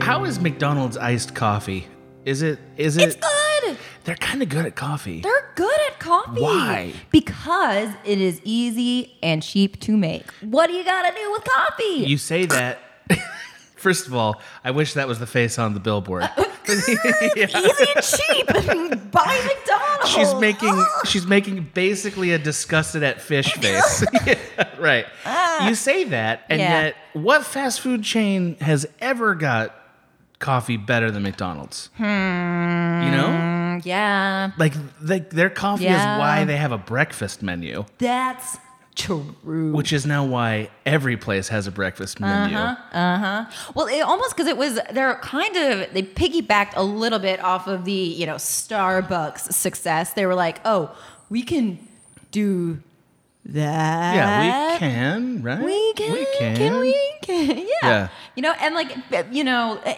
How is McDonald's iced coffee? Is it? Is it? It's good. They're kind of good at coffee. They're good at coffee. Why? Because it is easy and cheap to make. What do you gotta do with coffee? You say that. First of all, I wish that was the face on the billboard. Uh, easy and cheap. Buy McDonald's. She's making uh. she's making basically a disgusted at fish face. Yeah, right. You say that, and Ah. Yeah. yet what fast food chain has ever got coffee better than McDonald's? Hmm. You know? Mm, yeah, Like they, their coffee Yeah. is why they have a breakfast menu, that's true. which is now why every place has a breakfast menu. Uh-huh. Well, it almost because it was they're kind of they piggybacked a little bit off of the you know Starbucks success. They were like, oh, we can do that. Yeah, we can, right? Uh, We can. can. we? Can, yeah. Yeah. You know, and like b- you know, eh,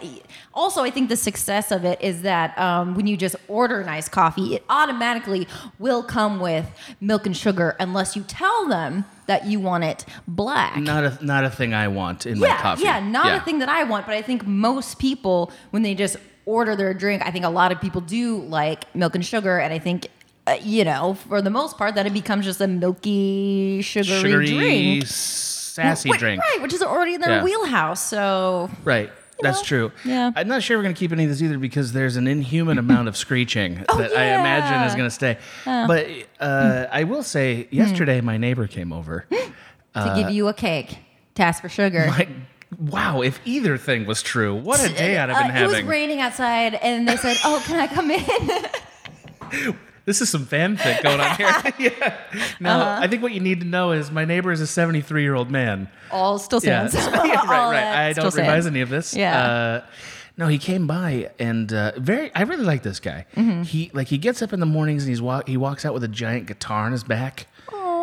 also I think the success of it is that um, when you just order nice coffee, it automatically will come with milk and sugar unless you tell them that you want it black. Not a not a thing I want in yeah, my coffee. yeah, not a thing that I want, but I think most people when they just order their drink, I think a lot of people do like milk and sugar, and I think. Uh, you know, for the most part, that it becomes just a milky, sugary, Sugary, drink. sassy Wait, drink. Right, which is already in their Yeah. wheelhouse. So Right. That's know? true. Yeah. I'm not sure we're going to keep any of this either because there's an inhuman amount of screeching that I imagine is Oh, yeah. Hmm. going to stay. But uh, I will say, yesterday my neighbor came over. Uh, to give you a cake, to ask for sugar. like, wow, if either thing was true, what a day I'd have been Uh, It was having. raining outside, and they said, "Oh, can I come in?" This is some fanfic going on here. yeah. No, Uh-huh. I think what you need to know is my neighbor is a 73 year old man. All still Yeah. stands. Yeah, right, All right. that I still don't stands. revise any of this. Yeah. Uh, no, he came by and uh, very. I really like this guy. Mm-hmm. He like he gets up in the mornings and he's walk. He walks out with a giant guitar on his back.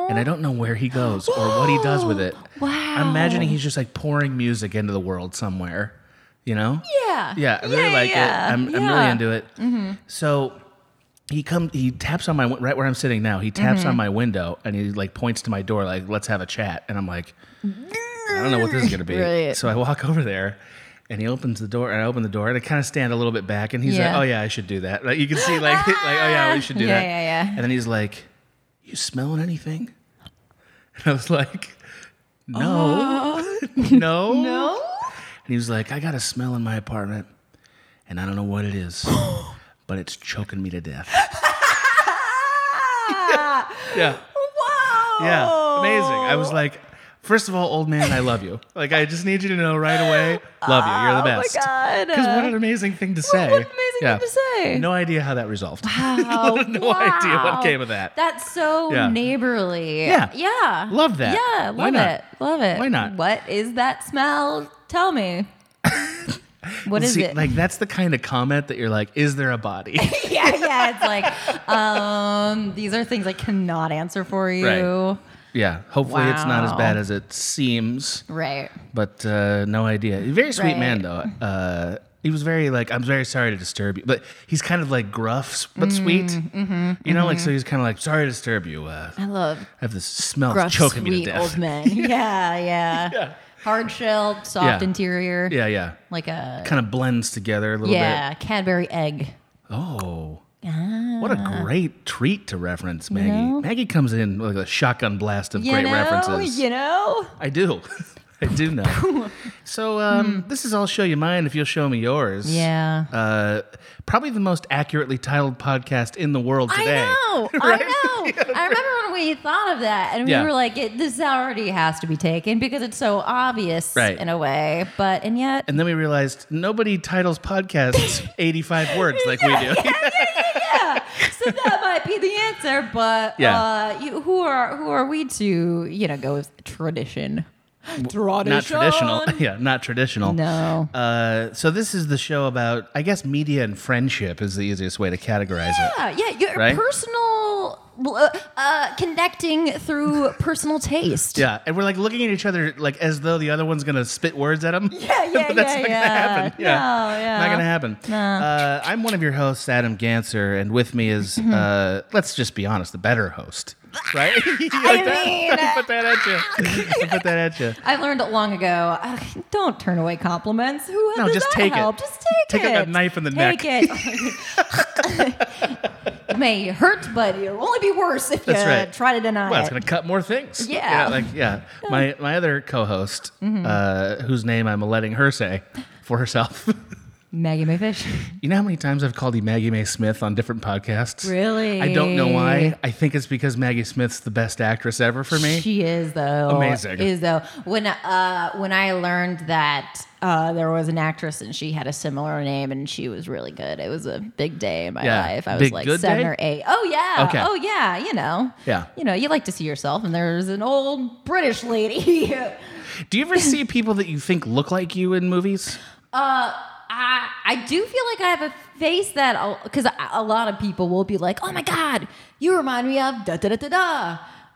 And I don't know where he goes or what he does with it. Wow. I'm imagining he's just like pouring music into the world somewhere. You know? Yeah. Yeah, I really Yeah, like yeah, it. I'm, I'm really yeah. Mm-hmm. into it. So he comes, he taps on my win- right where I'm sitting now. He taps Mm-hmm. on my window and he like points to my door, like let's have a chat. And I'm like, I don't know what this is gonna be. Right. So I walk over there. And he opens the door, and I open the door, and I kind of stand a little bit back, and he's Yeah. like, "Oh yeah, I should do that." Like you can see, like, like, "Oh yeah, we should do Yeah, that." yeah, yeah. And then he's like, "You smelling anything?" And I was like, "No, Oh. no, no." And he was like, I got a smell in my apartment, and I don't know what it is, but it's choking me to death. Ah, Yeah. wow. Yeah. Amazing. I Oh. was like, first of all, old man, I love you. Like, I just need you to know right away, love you. You're the Oh my best. god. Because what an amazing thing to say. What an amazing thing to say. No idea how that resolved. Wow, no idea what came of that. That's so Yeah. neighborly. Yeah. Yeah. Love that. Yeah. Love Why not? it. Love it. Why not? What is that smell? Tell me. what is See, it? Like, that's the kind of comment that you're like, is there a body? yeah, yeah. It's like, um, these are things I cannot answer for you. yeah. Hopefully, it's not as Wow. bad as it seems. Right. but uh, no idea. Very sweet Right. man though. Uh, he was very like, I'm very sorry to disturb you, but he's kind of like gruff but Mm-hmm, sweet. you know, like so he's kind of like, sorry to disturb you. Uh, I I love have this smell gruff, choking me sweet to old death. men. yeah, yeah. Hard shell, soft Yeah. interior. Yeah, yeah. Like a, Kind of blends together a little yeah, Cadbury egg. Ah, bit. Oh. What a great treat to reference, Maggie. Uh-huh. know? Maggie comes in with a shotgun blast of You great know, references. you know? I do. I do know. so um, this is I'll show you mine if you'll show me yours. Hmm. Yeah. Uh, probably the most accurately titled podcast in the world today. I know. Right? I know. I remember when we thought of that and Yeah. we were like, it, this already has to be taken because it's so obvious Right. in a way. But, and yet, And then we realized nobody titles podcasts 85 words like we do. so that might be the answer. But Yeah. uh, you, who are who are we to, you know, go with tradition? Tradition. not traditional. Yeah, not traditional. No. Uh, so this is the show about, I guess, media and friendship is the easiest way to categorize it. Yeah, yeah, your Right? personal uh, uh, connecting through personal taste. Yeah, and we're like looking at each other like as though the other one's gonna spit words at him. Yeah, yeah, but that's yeah, not yeah. gonna happen. Yeah, No, yeah. not gonna happen. Uh, I'm one of your hosts, Adam Ganser, and with me is, Mm-hmm. uh, let's just be honest, the better host, right? You like that? mean- I put that at you. I put that at you. I learned long ago. uh, Don't turn away compliments. Who No, does just that take it. help? Just take, Take it. out that knife in the Take it. it may hurt, but it'll only be worse if That's you right. try to deny Well, it. it's gonna cut more things. Yeah. Mm-hmm. like yeah. My my other co-host, uh, whose name I'm letting her say for herself. Maggie Mayfish. You know how many times I've called you Maggie Mae Smith on different podcasts? Really? I don't know why. I think it's because Maggie Smith's the best actress ever for me. She is though. Amazing. Is though. When uh when I learned that uh there was an actress and she had a similar name and she was really good. It was a big day in my Yeah. life. I Big was like good seven day? or eight. Oh yeah. Okay. Oh yeah, you know. Yeah. You know, you like to see yourself and there's an old British lady. Do you ever see people that you think look like you in movies? I I do feel like I have a face that because a, a lot of people will be like, "Oh my god, you remind me of da da da da da,"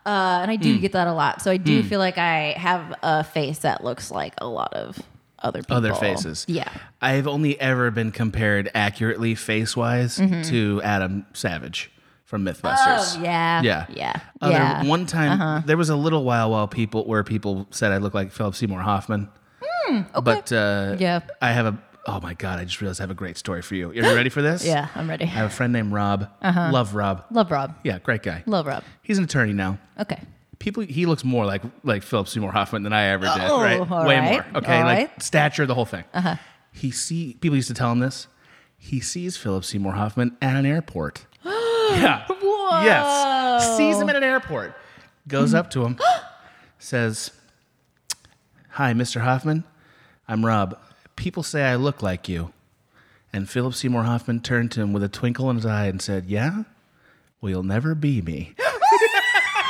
uh, and I Hmm. do get that a lot. So I do feel like I have a face that looks like a lot of other people. Other Oh, faces. yeah. I've only ever been compared accurately face wise to Adam Savage from Mythbusters. Mm-hmm. Oh yeah, Yeah. yeah, Uh, there- yeah. Uh-huh. one time there was a little while while people where people said I look like Philip Seymour Hoffman. But uh, Hmm, Yeah. I have a oh my god! I just realized I have a great story for you. Are you ready for this? yeah, I'm ready. I have a friend named Rob. Love Rob. Love Rob. Yeah, great guy. Love Rob. He's an attorney now. Okay. People, he looks more like like Philip Seymour Hoffman than I ever did. Oh, right? all Way right, more. Okay, all like right. stature, the whole thing. Uh-huh. He see people used to tell him this. He sees Philip Seymour Hoffman at an airport. yeah. Whoa. Yes. Sees him at an airport. Goes up to him, says, "Hi, Mr. Hoffman. I'm Rob. People say I look like you." And Philip Seymour Hoffman turned to him with a twinkle in his eye and said, "Yeah, well, you'll never be me."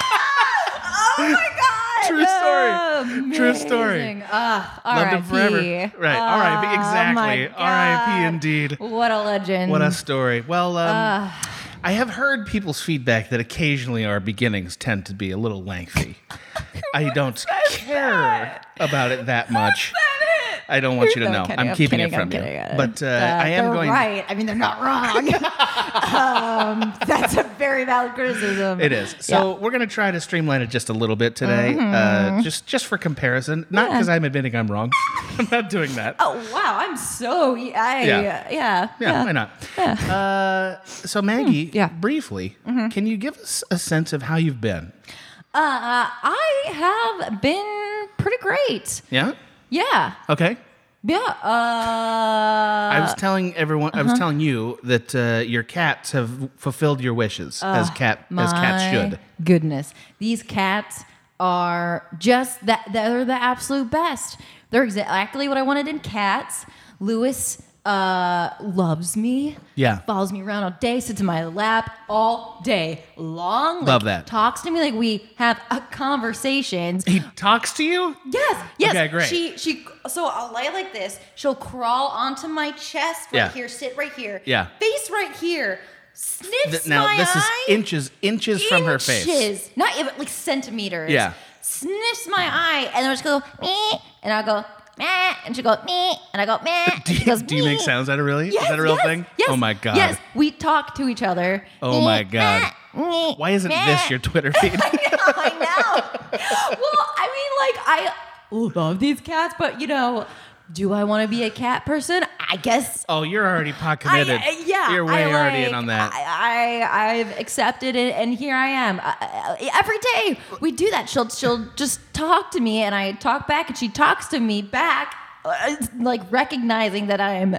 Oh my god. True story. Amazing. True story. Ah, Loved him forever. R.I.P.. Right. R.I.P. Ah, Exactly. my R.I.P. God. Indeed. What a legend. What a story. Well, um, Ah. I have heard people's feedback that occasionally our beginnings tend to be a little lengthy. I don't care about it that much. I don't want you to No, know. kidding. I'm, I'm keeping kidding. it I'm from you. kidding. I- But uh, Uh, I am they're going. right. I mean, they're not wrong. um, that's a very valid criticism. It is. So we're going to try to streamline it just a little bit today, uh, just just for comparison. Not Mm-hmm. Yeah. because I'm admitting I'm wrong. I'm not doing that. Oh wow! I'm so I, Yeah. yeah. yeah Hmm. Yeah, why not? Uh, so, Maggie, yeah. Mm-hmm. briefly, can you give us a sense of how you've been? Uh, I have been pretty great. Yeah. Yeah, Okay. yeah. Uh, uh-huh. I was telling everyone. I was telling you that uh, your cats have fulfilled your wishes as cat as cats My should. Goodness, these cats are just that. They're the absolute best. They're exactly what I wanted in cats. Lewis uh, loves me. Yeah. follows me around all day, sits in my lap all day long. like, Love that. Talks to me like we have a conversations. He talks to you. Yes, yes. Okay, great. She she so I'll lay like this. She'll crawl onto my chest right Yeah. here, sit right here. Yeah. Face right here. Sniffs Th- now my this eye. is inches, inches from her face. Inches. Not even like centimeters. Yeah. Sniffs my eye and then I just go meh and I'll go meh and she'll go meh and I go meh. and Do she goes, you, do you make meh. sounds out of really? Yes, is that a real yes, thing? Yes. Oh my god. Yes, we talk to each other. Oh my God. Why isn't this your Twitter feed? I know. Well, I mean, like I love these cats, but you know, do I want to be a cat person? I guess. oh, you're already pot I, committed. yeah, You're way I, already like, in on that. I, I I've accepted it, and here I am. Uh, uh, every day we do that. She'll she'll just talk to me, and I talk back, and she talks to me back, uh, like recognizing that I'm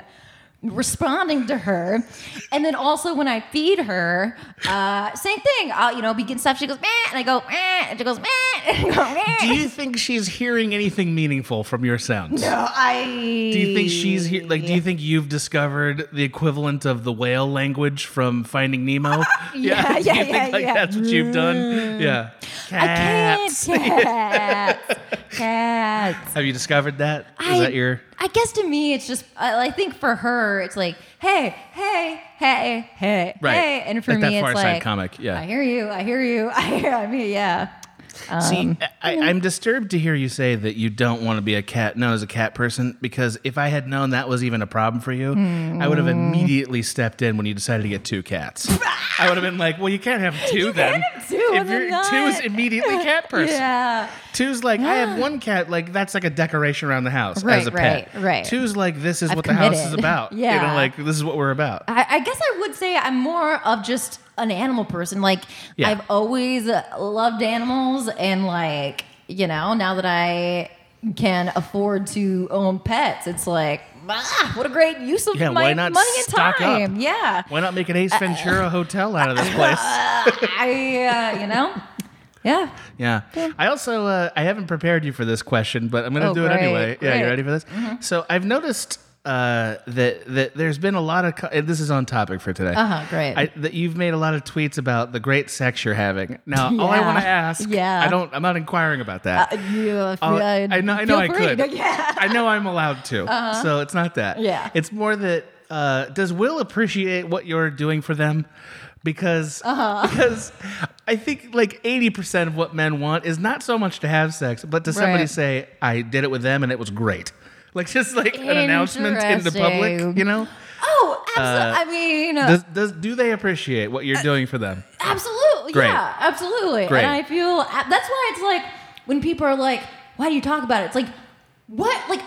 responding to her, and then also when I feed her, uh, same thing. I'll you know begin stuff. She goes meh, and I go meh, and she goes meh, and I go meh. Do you think she's hearing anything meaningful from your sounds? No, I. Do you think she's here? Like, do you think you've discovered the equivalent of the whale language from Finding Nemo? Yeah, Do Uh, yeah, you think, yeah, like, yeah. That's what you've done. Yeah, Cats. I can't. Cats. cats. Have you discovered that? Is I, that your? I guess to me, it's just. I, I think for her, it's like, hey, hey, hey, hey, Right. hey, and for Like that me, Far it's Side like, comic, yeah. I hear you. I hear you. I hear. I mean, yeah. um, See, I, I'm disturbed to hear you say that you don't want to be a cat known as a cat person because if I had known that was even a problem for you, I Hmm. would have immediately stepped in when you decided to get two cats. I would have been like, well, you can't have two then. have two, if and then you're- two is not. immediately cat person. Yeah. Two's like, I have one cat, like that's like a decoration around the house as Right, a pet. right, right. Two's like, this is I've what the house is committed. about. You know, Yeah. Uh, like this is what we're about. I, I guess I would say I'm more of just an animal person. Like Yeah. I've always loved animals, and like you know, now that I can afford to own pets, it's like. ah, what a great use of Yeah, my why not money and stock up? time. Yeah. Why not make an Ace Ventura hotel out of this place? Uh, I, uh, you know, yeah. Yeah. I also uh, I haven't prepared you for this question, but I'm going to Oh, do it great, anyway. Yeah, you great. Mm-hmm. ready for this? So I've noticed uh, that that there's been a lot of co- and this is on topic for today. Uh-huh, great. I, that you've made a lot of tweets about the great sex you're having. Now, all I Yeah. want to ask, Yeah. I don't, I'm not inquiring about that. Uh, you, uh, I'll- uh, oh, I know, I know, feel I free. could. Yeah. Uh-huh. I know I'm allowed to. So it's not that. Yeah. It's more that uh, does Will appreciate what you're doing for them? Because Uh-huh. because I think like 80% of what men want is not so much to have sex, but to somebody Right. say, I did it with them and it was great. Like just like an announcement in the public, Interesting. you know? Oh, absolutely. I mean, uh, Does, does do they appreciate what you're doing for them? Absolutely. Great. Yeah, absolutely. Great. And I feel that's why it's like when people are like, why do you talk about it? It's like, what? Like,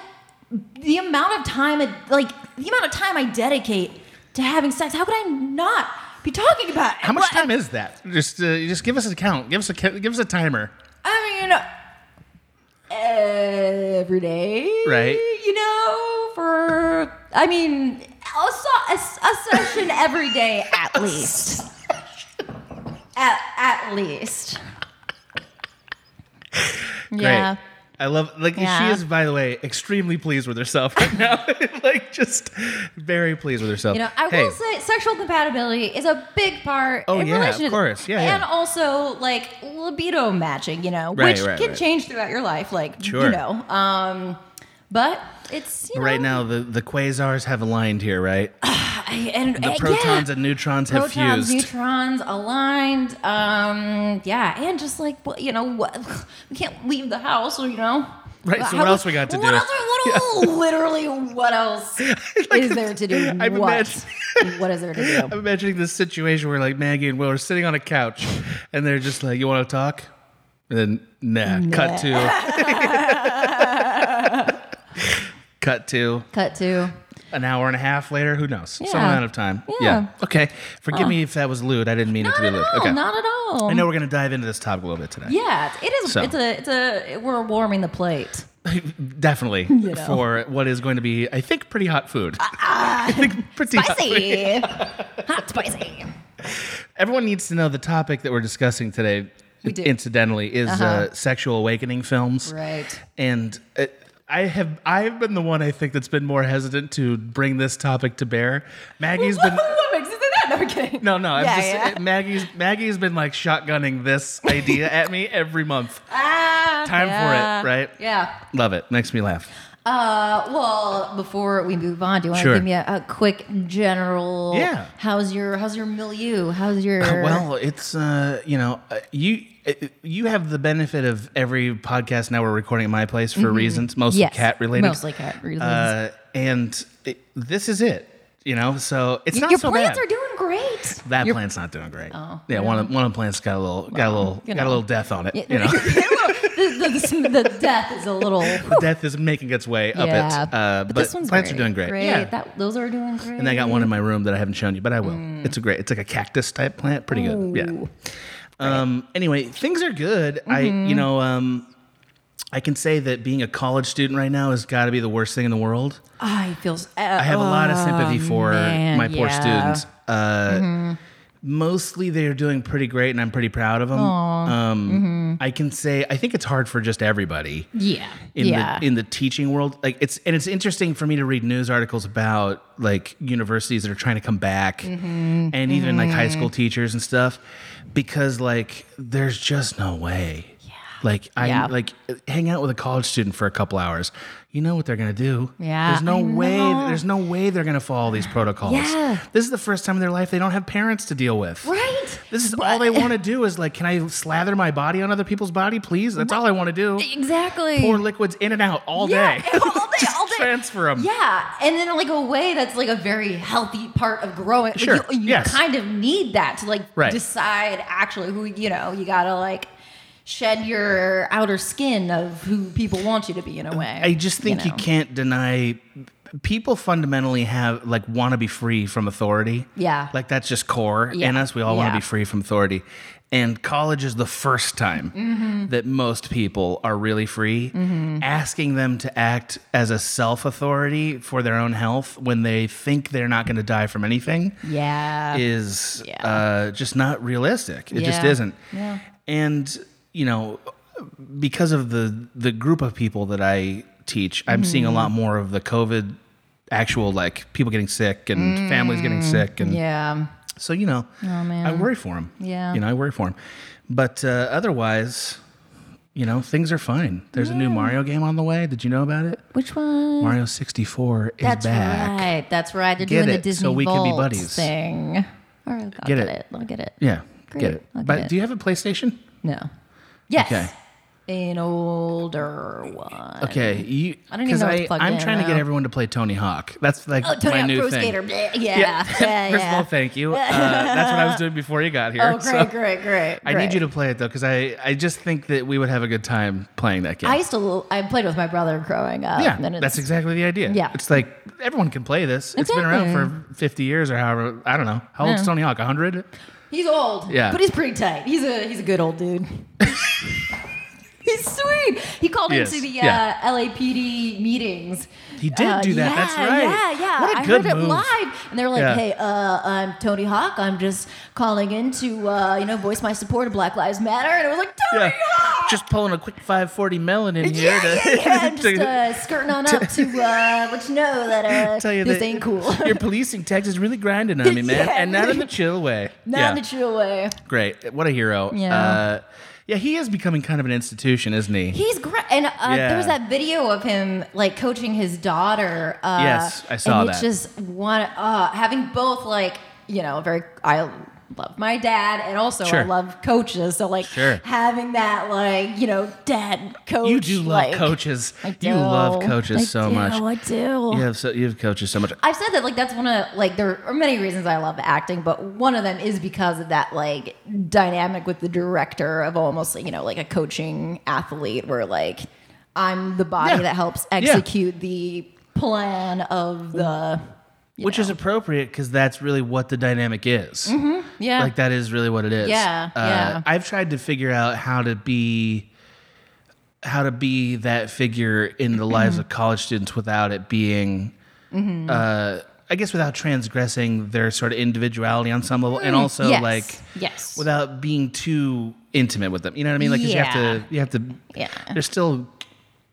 the amount of time, it, like, the amount of time I dedicate to having sex, how could I not be talking about it? How much time is that? Just uh, just give us a count. Give us a ca- give us a timer. I mean, every day. Right. You know, for, I mean, a, so- a, s- a session every day at least. At, at least. Yeah. Great. I love like she Yeah. is by the way extremely pleased with herself right now. like just very pleased with herself. You know, I hey, will say sexual compatibility is a big part Oh, in yeah, of relationships. course. Yeah, yeah. And also like libido matching, you know, Right, which right, can right. change throughout your life, like Sure. you know. Um but it's you right now know, the, the quasars have aligned here, right? I, and The uh, yeah. protons and neutrons have protons, fused. neutrons aligned. Um, yeah, and just like well, you know, what, we can't leave the house, you know. Right, so How- what else we got to what do? Else, what else- literally, what else is there to do? I'm what? what is there to do? I'm imagining this situation where like Maggie and Will are sitting on a couch and they're just like, You wanna talk? And then nah, cut to Cut to Cut to. an hour and a half later, who knows? Some Yeah. amount of time. Yeah. Yeah. Okay. Forgive me if that was lewd. I didn't mean it Not to be at lewd. all. Okay. Not at all. I know we're going to dive into this topic a little bit today. Yeah, it is. So. It's a. It's a. We're warming the plate. Definitely You know. Ah, for what is going to be, I think, pretty hot food. I think pretty hot food. Spicy. Hot spicy. Everyone needs to know the topic that we're discussing today. We do. Incidentally, is uh Uh-huh. sexual awakening films. Right. And uh I have I've been the one I think that's been more hesitant to bring this topic to bear. Maggie's been what makes you say that? No, I'm kidding. No, no. I'm Yeah, just, uh, yeah. Maggie's Maggie's been like shotgunning this idea at me every month. Ah, Time for it, yeah. right? Yeah. Love it. Makes me laugh. Uh, well, before we move on, do you want to Sure. give me a, a quick general? Yeah. How's your How's your milieu? How's your Well, it's uh, you know, uh, you uh, you have the benefit of every podcast now we're recording at my place for reasons mostly Mm-hmm. Yes, cat related. mostly cat related. Uh, and it, this is it, you know. So it's not your so plants bad. are doing great. that plant's not doing great. Oh, yeah, one of, one of the plants got a little got a little you got a know. little death on it. You know, the, the, the death is a little. death is making its way up yeah, it. Uh, but this one's plants great. are doing great. Great. Yeah, That, those are doing great. And I got one in my room that I haven't shown you, but I will. It's a great. It's like a cactus type plant. Pretty good. Yeah. Mm. Ooh. Um. Anyway, things are good. I Mm-hmm. you know um, I can say that being a college student right now has got to be the worst thing in the world. I feel. s- Uh, I have a lot of sympathy for Oh, man, my poor yeah. Mm-hmm. students. Uh, Mostly they are doing pretty great, and I'm pretty proud of them. Um, Mm-hmm. I can say I think it's hard for just everybody Yeah. in Yeah. the in the teaching world. Like it's and it's interesting for me to read news articles about like universities that are trying to come back Mm-hmm. and even like high school teachers and stuff because like there's just no way. Yeah. Like I Yeah. like hang out with a college student for a couple hours. You know what they're gonna do. Yeah, There's no I way know. there's no way they're gonna follow these protocols. Yeah. This is the first time in their life they don't have parents to deal with. Right. This is all they want to do is like, can I slather my body on other people's body, please? That's all I want to do. Exactly. Pour liquids in and out all yeah, day. all day, all day. transfer 'em. Yeah, and in like a way that's like a very healthy part of growing. Like, Sure, you, you yes. kind of need that to like Right. decide actually who you know. You gotta like shed your outer skin of who people want you to be in a way. I just think you, know. can't deny people fundamentally have like want to be free from authority. Yeah. Like that's just core in Yeah. us. We all want Yeah. to be free from authority. And college is the first time Mm-hmm. that most people are really free. Asking them to act as a self authority for their own health when they think they're not going to die from anything. Yeah. is Yeah. uh, just not realistic. It just Yeah. isn't. Yeah. And you know, because of the the group of people that I teach, I'm seeing Mm-hmm. a lot more of the COVID actual like people getting sick and families getting sick and Mm, yeah. Oh, so you know i worry for them Yeah. you know i worry for them but uh, otherwise you know things are fine there's a new mario game on the way did you know about it Which one? mario 64 is Mm. that's back right. That's right. They're Get doing it, the Disney so we can be Vault buddies. thing. All right, I'll Get get, it. it. I'll get it. yeah Great. get it I'll get but it. do you have a playstation No. Yes. Okay. An older one. Okay, you I don't even because know what's I plugged I'm in trying to get now. everyone to play Tony Hawk. That's like Oh, Tony my Hawk new Pro thing. Skater. bleh, Yeah. Yeah. yeah, First of all, thank you. Uh, that's what I was doing before you got here. Oh, great, so great, great, I great. need you to play it though, because I I just think that we would have a good time playing that game. I used to. I played with my brother growing up. yeah, and it's- that's exactly the idea. Yeah. it's like everyone can play this. It's been around for 50 years or however. I don't know. How old's Tony Hawk? 100? He's old. Yeah. But he's pretty tight. He's a he's a good old dude. he's sweet. He called He into is, the yeah. uh, LAPD meetings. He did Uh, do that. yeah, that's right. Yeah, yeah. What a I good heard move. it live, and they were like, Yeah. "Hey, uh, I'm Tony Hawk. I'm just calling in to uh, you know voice my support of Black Lives Matter." And it was like, "Tony Yeah, Hawk." just pulling a quick 540 melon in here Oh yeah, to, yeah, yeah. I'm to- just uh, skirting on up to uh, let you know that uh, tell you this that ain't cool. your policing text is really grinding on me, man, Yeah. and not in the chill way. Not yeah, in the true way. great. What a hero. Yeah. Uh, yeah, he is becoming kind of an institution, isn't he? He's great, and uh, Yeah. there was that video of him like coaching his daughter. Uh, Yes, I saw and that. It's just one uh, having both like you know very I love my dad and also Sure. I love coaches. So like Sure. having that like you know dad coach. you do love like- coaches. I You love do. coaches I so do, much. I do. You have so you have coaches so much. I've said that like that's one of like there are many reasons I love acting, but one of them is because of that like dynamic with the director of almost you know like a coaching athlete where like I'm the body Yeah. that helps Yeah. execute the plan of the you Which know. is appropriate because that's really what the dynamic is. yeah Like that is really what it is. Yeah, Uh, yeah. I've tried to figure out how to be how to be that figure in the lives of college students without it being Mm-hmm. uh, I guess without transgressing their sort of individuality on some level and also Mm, yes, like Yes. without being too intimate with them. You know what I mean? Like 'cause you have to you have to Yeah. They're still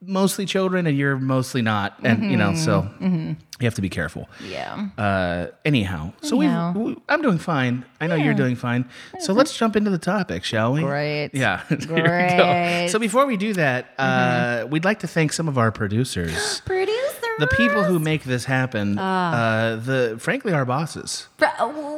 mostly children and you're mostly not and you know so you have to be careful. yeah Uh, anyhow, so Anyhow. we've, we, I'm doing fine. I know you're doing fine. So let's jump into the topic, shall we? Great. Yeah. Here we go. Great. Mm-hmm. So before we do that, uh, we'd like to thank some of our producers, producer the people who make this happen. Uh, Ah. the frankly, our bosses.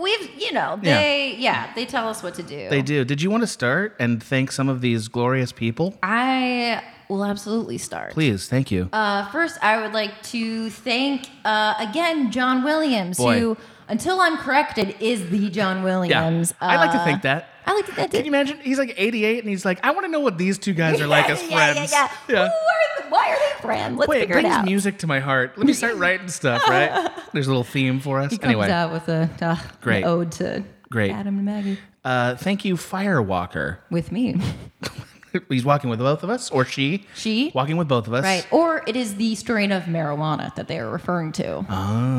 we've you know Yeah. they yeah, they tell us what to do They do. Did you want to start and thank some of these glorious people? I will absolutely start Please, thank you. Uh, first, I would like to thank uh, again John Williams, Boy. who, until I'm corrected, is the John Williams. I like to uh, think that. I like to think Can you imagine? He's like 88, and he's like, I want to know what these two guys are like as yeah, friends. Yeah, yeah, Who are the- why are they friends? Let's Wait, it figure it brings out. music to my heart. Let me start writing stuff, right? There's a little theme for us. He comes anyway, out with a uh, an Great. ode to Great. Adam and Maggie uh, thank you, Firewalker. with me. He's walking with both of us, or she? She? walking with both of us. Right. Or it is the strain of marijuana that they are referring to,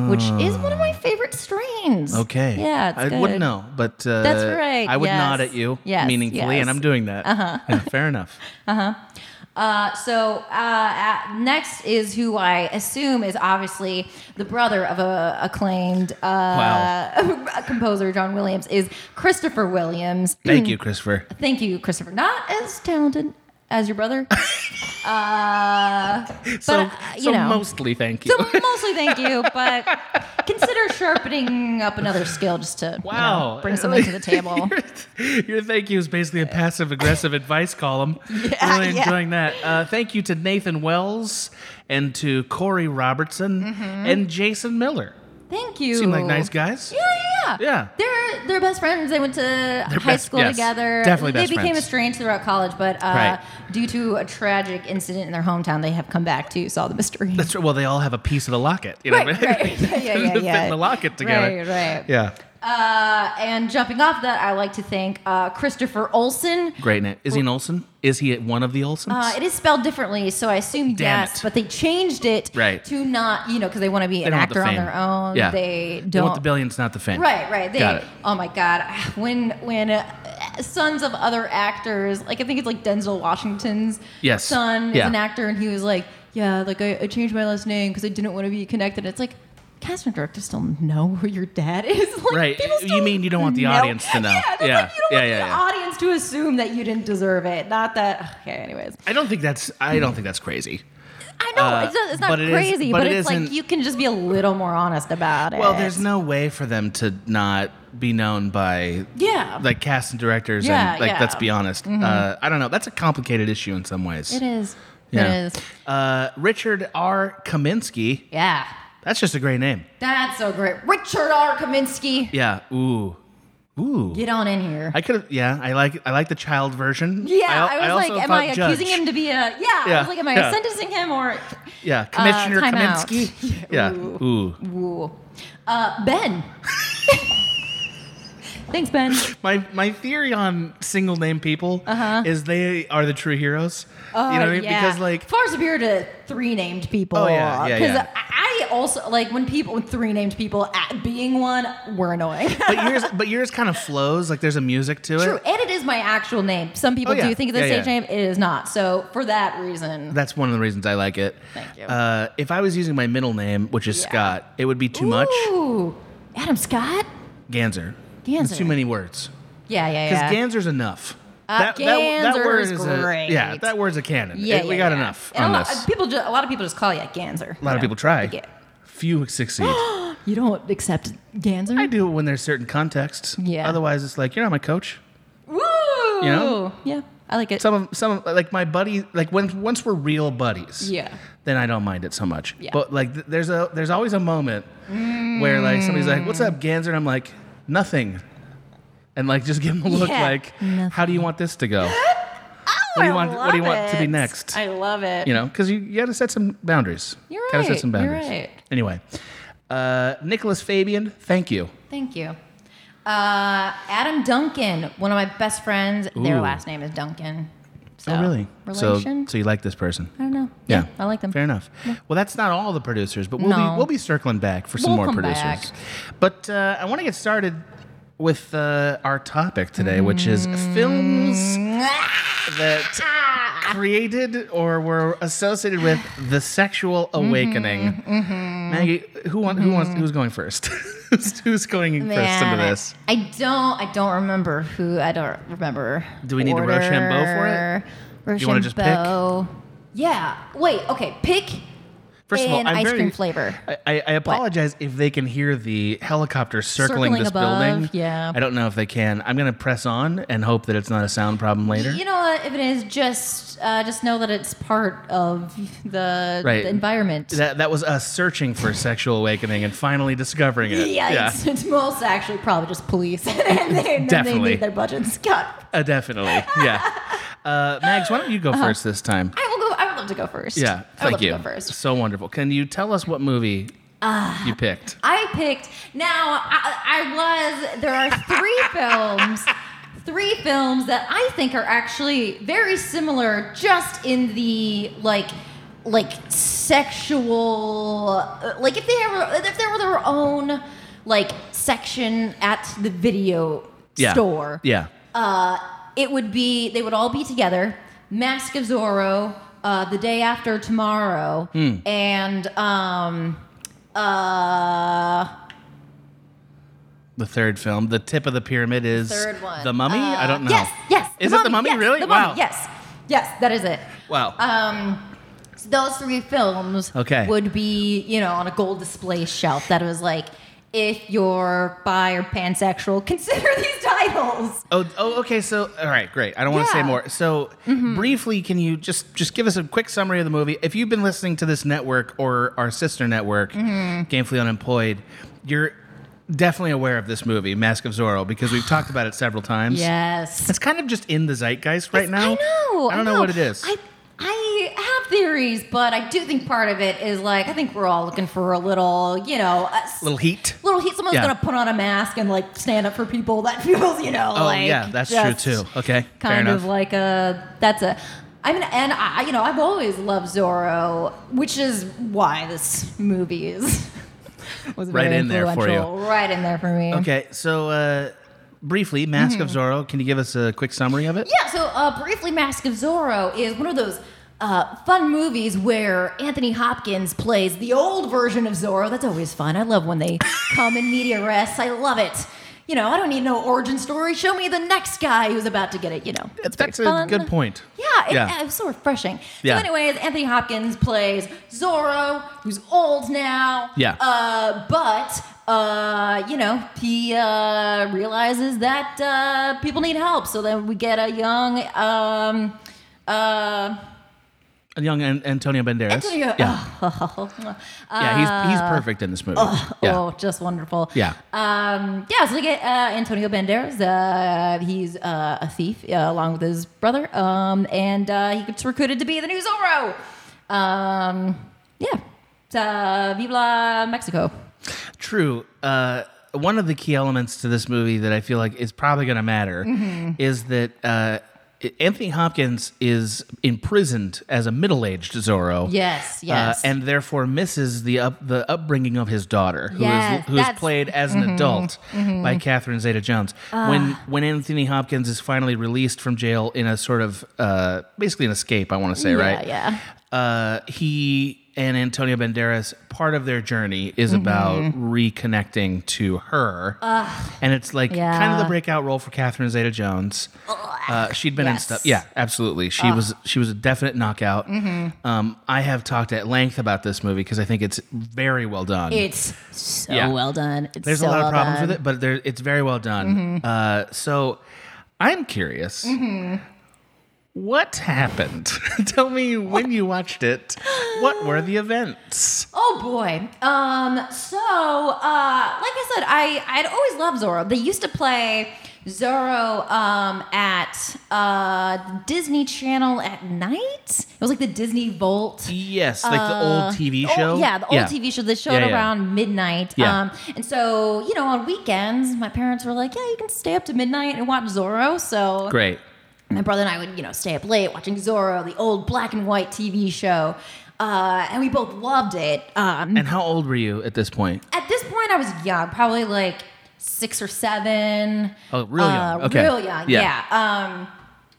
which is one of my favorite strains. Ah. Okay. Yeah, it's I good. wouldn't know, but uh, That's right, I would yes, nod at you yes, meaningfully, yes. and I'm doing that. Uh-huh. fair enough. Uh, so uh, at- next is who I assume is obviously the brother of a acclaimed uh, composer, John Williams, is Christopher Williams. Thank you, Christopher. Thank you, Christopher. Not as talented as your brother. uh, but so, uh, you so know. mostly thank you. so mostly thank you, but consider sharpening up another skill just to you know, Wow. bring something to the table. Your, your thank you is basically a passive aggressive advice column. really yeah. enjoying that. Uh, thank you to Nathan Wells and to Corey Robertson Mm-hmm. and Jason Miller. Thank you. Seem like nice guys. Yeah, yeah, yeah. Yeah. They're they're best friends. They went to high best- school yes. together. Definitely They best became friends. estranged throughout college, but uh, Right. due to a tragic incident in their hometown, they have come back to solve the mystery. That's right. Well, they all have a piece of the locket. You know, right, right. yeah, yeah, yeah, Fit in yeah. the locket together. Right, right. Yeah. Uh, and jumping off that, I like to thank uh, Christopher Olson. Great name. Is he an Olsen? Is he one of the Olsons? Uh, it is spelled differently, so I assume Damn yes, it. but they changed it Right. to not, you know, because they want to be an don't want actor on fame. their own. Yeah. They don't. want the billions, not the fame. Right, right. They, Got it. Oh my God, when when uh, sons of other actors, like I think it's like Denzel Washington's Yes. son Yeah. is an actor, and he was like, yeah, like I, I changed my last name because I didn't want to be connected. It's like casting directors still know who your dad is. Like, Right. people You still mean you don't want the know. audience to know. Yeah, that's Yeah. Like, you don't Yeah, want yeah, the yeah. audience to assume that you didn't deserve it. Not that. Okay. Anyways, I don't think that's. I don't think that's crazy. I know Uh, it's not, it's not but it is- crazy, but but, it it's like isn't- you can just be a little more honest about it. Well, there's no way for them to not be known by Yeah. like cast and directors Yeah, and like yeah. Mm-hmm. let's be honest. Uh, I don't know. That's a complicated issue in some ways. It is. Yeah. It is. Uh, Richard R. Kaminsky. Yeah. That's just a great name. That's so great. Richard R. Kaminsky. Yeah. Ooh. Ooh. Get on in here. I could have. Yeah. I like. I like the child version. yeah, al- I, was also like, am thought I judge. accusing him to be a. Yeah, I Yeah, was like, am I yeah. sentencing him or. Yeah. Commissioner time out. Kaminsky. Yeah. Ooh. Woo. Uh, ben. Thanks, Ben. My my theory on single name people is they are the true heroes. you know what I mean? Uh-huh. Oh, Uh, yeah. Because like Far superior to three named people. Oh, yeah, yeah, Because yeah. I I also, like, when people, with three named people at being one, were annoying. but yours but yours kind of flows like there's a music to True, it. and it is my actual name. Some people Oh, yeah. do think it's a Yeah, stage yeah. name. It is not. So for that reason, That's one of the reasons I like it. Thank you. Uh, if I was using my middle name, which is Yeah. Scott, it would be too much. Ooh, Adam Scott. Ganser. Ganser. That's too many words. Yeah, yeah, Because yeah. Ganser's enough. Uh, Ganser's great. a yeah. That word's a canon. yeah, It- eh, we yeah, got yeah. enough And on a lot, this. People, ju- a lot of people just call you Ganser. A lot of people try. Yeah. Few succeed. You don't accept Ganser. I do it when there's certain contexts. Yeah. Otherwise, it's like you're not my coach. Woo! You know? Yeah, I like it. some of some of, like my buddy like when once we're real buddies Yeah. then i don't mind it so much Yeah. but like th- there's a there's always a moment where like somebody's like what's Mm. up ganser and i'm like nothing and like just give him a look Yeah. Oh, like how do you want this to go what do you want what do you want to be next I love it. you know because you, you gotta set some boundaries You're gotta set right, some you're boundaries right. anyway uh nicholas fabian thank you Thank you. Uh, Adam Duncan, one of my best friends. Their Ooh. last name is Duncan. So, oh really Relation? so so you like this person I don't know. Yeah. I like them. Fair enough. Well, that's not all the producers, but we'll, No. be, we'll be circling back for some We'll more come producers. back. But uh, I want to get started with uh, our topic today, which is Mm. films Ah! that created or were associated with the sexual Mm-hmm. awakening. Maggie, who, want, who wants? Who's going first? who's, who's going first into Man, this? I don't. I don't remember who. I don't remember. Do we need to Rochambeau for it? Rochambeau. You wanna just pick? Yeah. Wait. Okay. Pick First of all, an I'm ice very- cream flavor. I, I I apologize if they can hear the helicopter circling, Circling this above, building. yeah. I don't know if they can. I'm going to press on and hope that it's not a sound problem later. You know what? If it is, just uh, just know that it's part of the, Right. the environment. That, that was us searching for sexual awakening and finally discovering it. yeah, It's, it's most actually probably just police, and they, and they Definitely. need their budgets cut. Uh, definitely. Yeah. Uh, Mags, why don't you go first this time? Uh-huh. I will go. I would love to go first. Yeah. I would love Thank you. To go first. Ah, So wonderful. Can you tell us what movie you picked? I picked. Now I, I was. There are three films. three films that I think are actually very similar, just in the like, like sexual, uh, like if they ever if there were their own like section at the video Yeah. store, Yeah. uh, it would be they would all be together. Mask of Zorro, uh, the day after tomorrow, Hmm. and um, uh, The third film, the tip of the pyramid is third one, The Mummy. I don't Uh, know. Yes, yes. Is it the Mummy? yes, really? The wow. Mummy, Yes, yes, that is it. Wow. Um, so those three films Okay. would be you know on a gold display shelf that was like. If you're bi or pansexual, consider these titles. Oh, oh, okay. So, all right, great. I don't want to say Yeah. Mm-hmm. more. So, briefly, can you just just give us a quick summary of the movie? If you've been listening to this network or our sister network, Mm-hmm. Gamefully Unemployed, you're definitely aware of this movie, Mask of Zorro, because we've talked about it several times. Yes. It's kind of just in the zeitgeist right now. I know. I don't know. what it is. I I have theories, but I do think part of it is like I think we're all looking for a little, you know, a s- Little heat. little heat. Someone's Yeah. gonna put on a mask and like stand up for people. That feels, you know, Oh, like yeah, that's just true too. Okay, fair Kind enough. of like a that's a. I mean, and I, you know, I've always loved Zorro, which is why this movie is was Right very in there for you. influential. right in there for me. okay, so uh, briefly, Mask of Zorro. Can you give us a quick summary of it? Mm-hmm. Yeah, so uh, briefly, Mask of Zorro is one of those uh, fun movies where Anthony Hopkins plays the old version of Zorro. That's always fun. I love when they come in media rests. I love it. You know, I don't need no origin story. Show me the next guy who's about to get it. You know, it's very that's a fun. good point. Yeah, it, Yeah. it was so refreshing. Yeah. So, anyways, Anthony Hopkins plays Zorro, who's old now. Yeah. Uh, but uh, you know, he uh, realizes that uh, people need help, so then we get a young um, uh, A young An- Antonio Banderas. Antonio. Yeah. Yeah, he's he's Uh, perfect in this movie. yeah. Oh, just wonderful. Yeah. Um, yeah, so we get uh, Antonio Banderas. Uh, he's uh, a thief uh, along with his brother. Um, and uh, he gets recruited to be the new Zorro. Um, yeah. It's, Uh, Viva la Mexico. True. Uh, one of the key elements to this movie that I feel like is probably going to matter Mm-hmm. is that uh, Anthony Hopkins is imprisoned as a middle-aged Zorro. Yes, uh, yes. and therefore misses the up, the upbringing of his daughter, who is Yes, who's that's- Mm-hmm. played as an adult by Catherine Zeta-Jones. when when Anthony Hopkins is finally released from jail in a sort of uh, basically an escape, I want to say, right? Yeah, yeah. uh, he and Antonio Banderas, part of their journey is Mm-hmm. about reconnecting to her. and it's like kind of the Yeah. breakout role for Catherine Zeta Jones. Uh, she'd been in Yes. stuff. Yeah, absolutely. She was she was a definite knockout. Mm-hmm. Um, I have talked at length about this movie because I think it's very well done. It's so Yeah. well done. It's There's so a lot well of problems done. Mm-hmm. with it, but there, it's very well done. Uh, so I'm curious. What happened? Tell me when you watched it. What were the events? Oh boy. Um. So, uh, like I said, I I'd always loved Zorro. They used to play Zorro um at uh Disney Channel at night. It was like the Disney Vault. Yes, like the old TV Oh, show. yeah, the old TV show. They showed Yeah, yeah. around midnight. Yeah. Um, and so, you know, on weekends, my parents were like, yeah, you can stay up to midnight and watch Zorro. So Great. my brother and I would, you know, stay up late watching Zorro, the old black and white TV show. Uh, and we both loved it. Um, And how old were you at this point? at this point, I was young, probably like six or seven. Oh, real young. Uh, Okay. Real young. Yeah. Yeah.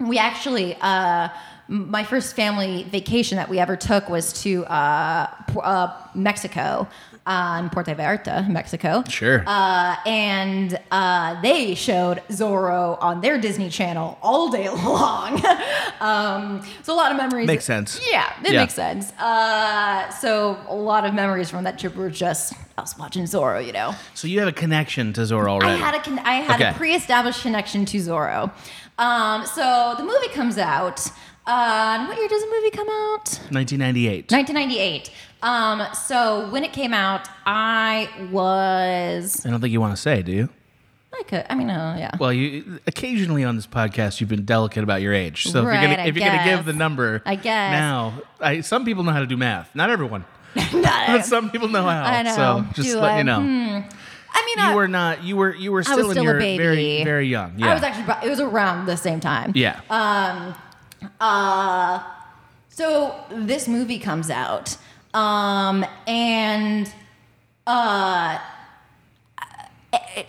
Um, we actually, uh, m- my first family vacation that we ever took was to uh, Pu- uh, Mexico, uh, in Puerto Vallarta, Mexico. Sure. Uh, and uh, they showed Zorro on their Disney Channel all day long. um, so a lot of memories. Makes sense. Yeah, it Yeah. makes sense. Uh, so a lot of memories from that trip were just us watching Zorro. You know, So you have a connection to Zorro I already. had a con- I had Okay. a pre-established connection to Zorro. Um, so the movie comes out. Uh, and what year does the movie come out? 1998. 1998. Um, so when it came out, I was I don't think you want to say, do you? like, a, I mean, uh, yeah. Well, you occasionally on this podcast you've been delicate about your age. So if Right, you're gonna I if you're gonna give guess. the number, I guess. now I, some people know how to do math. Not everyone, Not- but some people know how. I know. So just Do let I? you know. I mean, you I- were not. You were you were I still, was in still your a baby. very very young. Yeah. I was uh, actually. about- It was around the same time. yeah. So this movie comes out, um, and uh,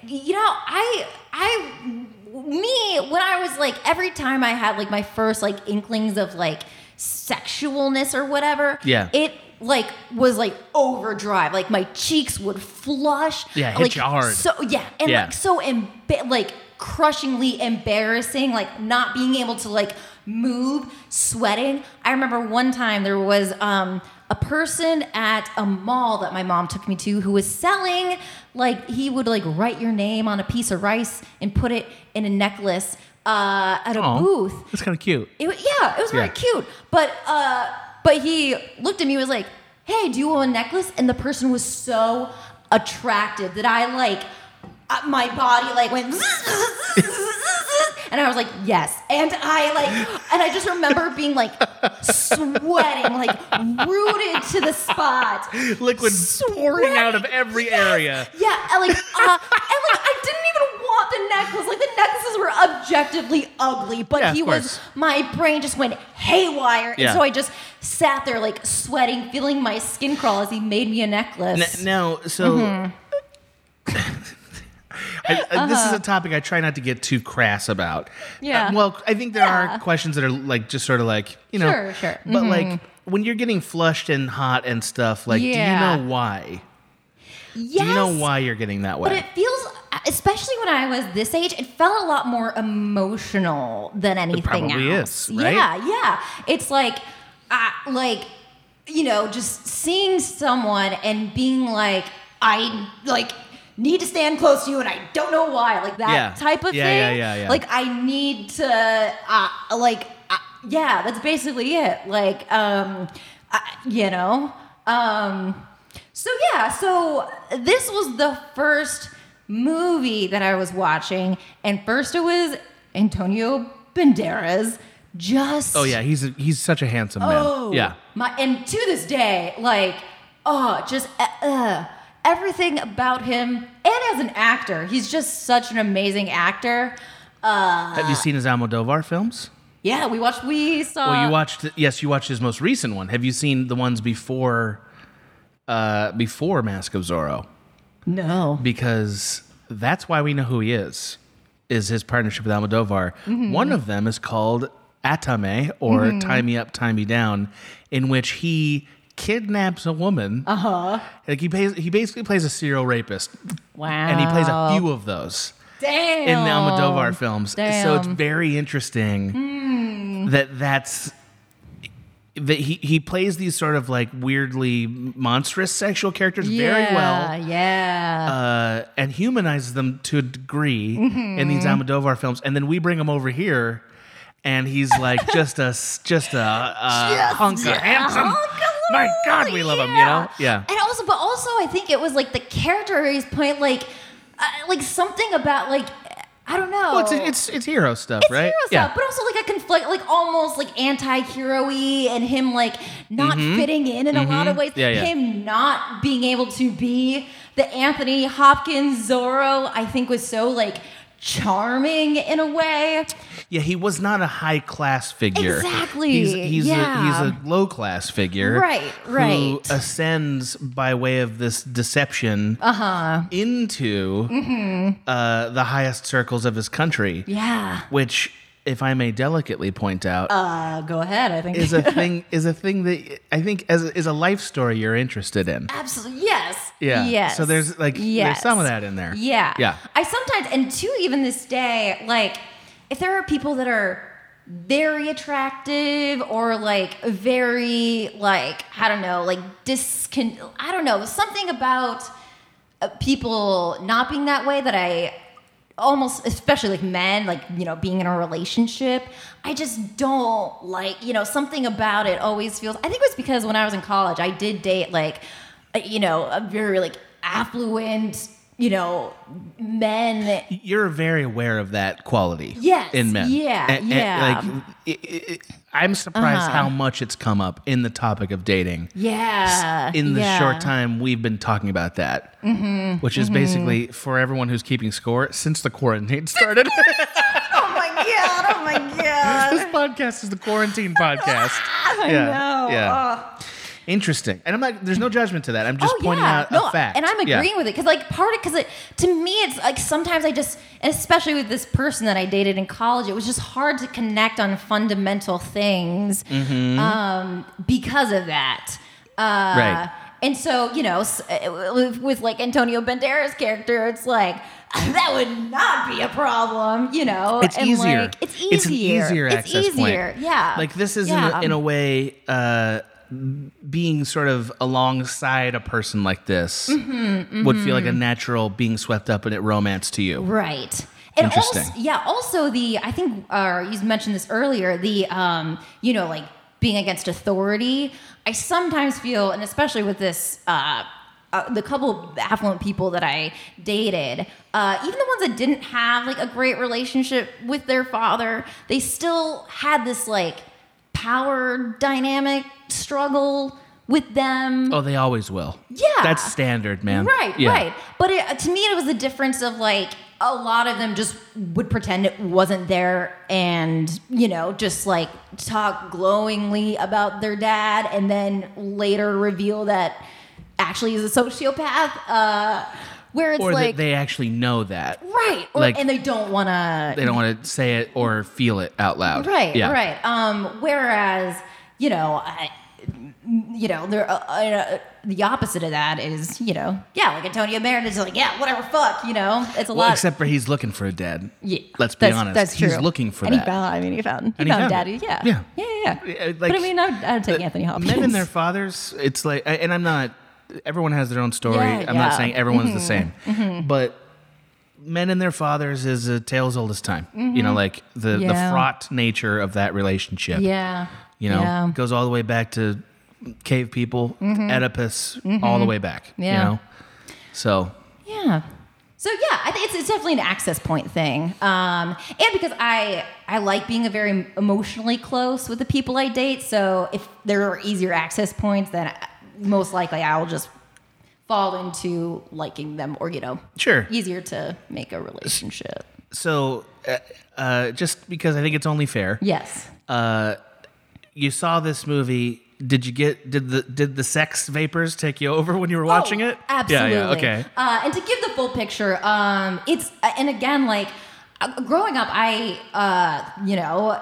you know, I, I, me, when I was like, every time I had like my first like inklings of like sexualness or whatever, Yeah. it like was like overdrive. Like my cheeks would flush. Yeah, it hit like, you hard. So yeah, and Yeah. like so emba- like crushingly embarrassing, like not being able to like move, sweating. I remember one time there was um a person at a mall that my mom took me to who was selling like he would like write your name on a piece of rice and put it in a necklace uh, at a Aw, booth That's kind of cute. it, wa- yeah, it was very Yeah. cute. But uh, but he looked at me and was like, "Hey, do you own a necklace?" And the person was so attractive that I like uh, my body like went. And I was like, yes. And I like, and I just remember being like sweating, like rooted to the spot. Liquid pouring out of every area. Yeah, and like, uh, and like, I didn't even want the necklace. Like, the necklaces were objectively ugly, but Yeah, of he was. course. My brain just went haywire, Yeah. and so I just sat there like sweating, feeling my skin crawl as he made me a necklace. N- now, so Mm-hmm. I, I- this is a topic I try not to get too crass about. Uh-huh. Yeah. Uh, well, I think there Yeah. are questions that are like just sort of like you know, Sure, sure. Mm-hmm. But like when you're getting flushed and hot and stuff, like Yeah. do you know why? yes, Do you know why you're getting that way? But it feels, especially when I was this age, it felt a lot more emotional than anything probably else. is, right? Yeah, yeah. It's like, I like, you know, just seeing someone and being like, I like need to stand close to you, and I don't know why, like that Yeah. type of Yeah, thing. yeah, yeah, yeah. Like I need to, uh, like, uh, yeah, that's basically it. Like, um, I, you know, um. So yeah, so this was the first movie that I was watching, and first it was Antonio Banderas. Just oh yeah, he's a, he's such a handsome oh man. Yeah. my and to this day, like oh, just uh, uh, everything about him, and as an actor, he's just such an amazing actor. Uh, Have you seen his Almodovar films? yeah, we watched, we saw. Well, you watched. Yes, you watched his most recent one. Have you seen the ones before? Uh, before Mask of Zorro, no. because that's why we know who he is. Is his partnership with Almodovar? Mm-hmm. One of them is called Atame or Tie Me Up, Tie Me Down, in which he kidnaps a woman. Uh huh. Uh-huh. Like he plays, he basically plays a serial rapist, Wow. and he plays Oh. a few of those Damn. in the Almodovar films. So it's Damn. Hmm. very interesting that that's that he, he plays these sort of like weirdly monstrous sexual characters very well Yeah, Yeah. uh, and humanizes them to a degree in these Mm-hmm. Almodovar films and then we bring him over here and he's like just a s- just a, a hunk of handsome my god we love him you know yeah And also, but also, I think it was like the character he's playing, like, uh, like something about like I don't know. well, Oh, it's, it's it's hero stuff It's right hero yeah stuff, but also like a conflict, like almost like anti-hero-y and him like not fitting in in a lot of ways. Mm-hmm. Yeah, yeah. Him not being able to be the Anthony Hopkins Zorro, I think was so like charming in a way. Yeah, he was not a high class figure. Exactly, He's he's yeah. a, he's a low class figure. Right, Who uh, right. ascends by way of this deception Uh-huh. into Mm-hmm. uh, the highest circles of his country, Yeah. which, if I may delicately point out, Uh, go ahead. I think is a thing is a thing that I think as a, is a life story you're interested in. Absolutely. Yes. Yeah. Yes. So there's, like, there's some of that in there. Yeah. Yeah. I sometimes, and two, even this day, like, if there are people that are very attractive or like very, like, I don't know, like discon, I don't know, something about uh, people not being that way that I almost especially like men like you know being in a relationship i just don't like you know something about it always feels i think it was because when i was in college i did date like uh, you know a very like affluent you know, men. You're very aware of that quality. Yes, In men. yeah, yeah. Uh-huh. like, it- it- it- I'm surprised how much it's come up in the topic of dating Yeah. in the yeah. Mm-hmm. short time we've been talking about that, which is basically for everyone who's keeping score since the quarantine started. Oh my god! Oh my this god! podcast is the quarantine podcast. I know. Yeah. Ugh. Interesting. And I'm like, there's no judgment to that. I'm just oh, pointing yeah. out no, a fact. And I'm Yeah. agreeing with it because, like, part of because it to me, it's like sometimes I just, and especially with this person that I dated in college, it was just hard to connect on fundamental things Mm-hmm. um, because of that. Uh, Right. And so, you know, s- uh, with, with like Antonio Banderas' character, it's like that would not be a problem, you know. It's and, easier. Like, it's easier. It's an easier It's access point. easier. Yeah. Like this is yeah. in, a, in a way uh, being sort of alongside a person like this Mm-hmm, would feel like a natural being swept up in it romance to you. Right. And Interesting. also, yeah, also the I think uh, you mentioned this earlier. The um, you know, like being against authority. I sometimes feel, and especially with this, uh, uh, the couple affluent people that I dated, uh, even the ones that didn't have like a great relationship with their father, they still had this like power dynamic struggle with them. Oh, they always will. Yeah. That's standard, man. Right, Yeah. right. But it, to me, it was the difference of like a lot of them just would pretend it wasn't there and, you know, just like talk glowingly about their dad and then later reveal that actually is a sociopath. Uh, where it's Or like, that they actually know that. right. Or, like- and they don't want to They don't want to say it or feel it out loud. Right, Yeah. right. Um, whereas, you know, I, you know, there uh, uh, the opposite of that is, you know, yeah, like Antonio Meredith is like, yeah, whatever, fuck, you know, it's a Well, lot. except for he's looking for a dad. yeah, Let's be that's, honest. That's true. He's looking for and that. He found, I mean, he found, he And he found, found Daddy. it. Yeah, Yeah. yeah, yeah. Yeah, like, but I mean, I'd, I'd take the- Anthony Hopkins. Men and their fathers, it's like, I- and I'm not, everyone has their own story. Yeah, I'm yeah. Mm-hmm, not saying everyone's the same, but men and their fathers is a tale as old as time. You know, like the, Mm-hmm. Yeah. the fraught nature of that relationship, yeah, you know, yeah. Mm-hmm. goes all the way back to cave people, Oedipus, all the way back, Yeah. you know? So, Yeah. So yeah, I think it's, it's definitely an access point thing, um, and because I I like being a very emotionally close with the people I date. So if there are easier access points, then I, most likely I'll just fall into liking them, or you know, sure. easier to make a relationship. So, uh, uh, just because I think it's only fair. Yes. you saw this movie. Did you get did the did the sex vapors take you over when you were watching Oh, it? Absolutely. Yeah, yeah. Okay. Uh, and to give the full picture, um, it's and again like. uh, Growing up, I, uh, you know,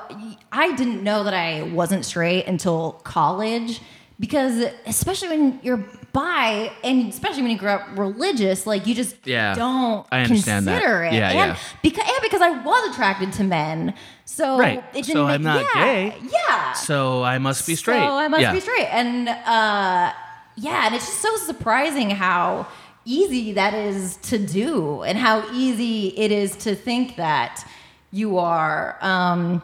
I didn't know that I wasn't straight until college because, especially when you're bi and especially when you grow up religious, like you just Yeah. don't I understand that. consider it. Yeah, and yeah. Because, and because I was attracted to men. So Right. it didn't So make- I'm not yeah, gay. Yeah. So I must be straight. So I must Yeah. be straight. And uh, yeah, and it's just so surprising how easy that is to do and how easy it is to think that you are. Um,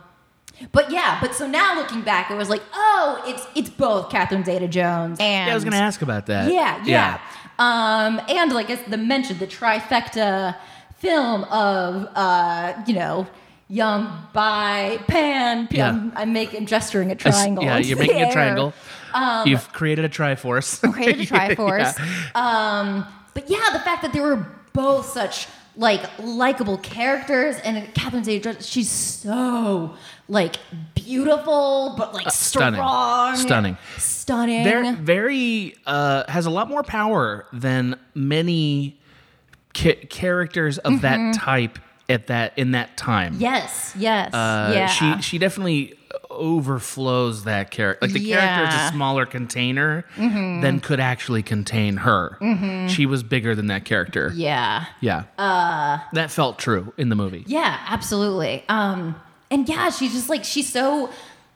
but yeah, but so now looking back, it was like, oh, it's it's both Catherine Zeta Jones and Yeah, I was gonna ask about that. yeah, yeah. Um, and like I the mentioned, the trifecta film of uh, you know, young by pan. Yeah. I'm, I'm making gesturing a I s- triangle. Yeah, into you're making the a air. triangle. Um, You've created a triforce. Created a triforce. Yeah. Um, but yeah, the fact that they were both such like likable characters, and Catherine Zeta, she's so like beautiful, but like Uh, stunning. strong, Stunning. stunning. They're very uh, has a lot more power than many ca- characters of that Mm-hmm. type at that in that time. yes, yes, Uh, yeah. she she definitely overflows that character. Like the character is Yeah. a smaller container than could actually contain her. She was bigger than that character. Yeah, yeah. Uh, that felt true in the movie. Yeah, absolutely. Um, and yeah, she's just like she's so,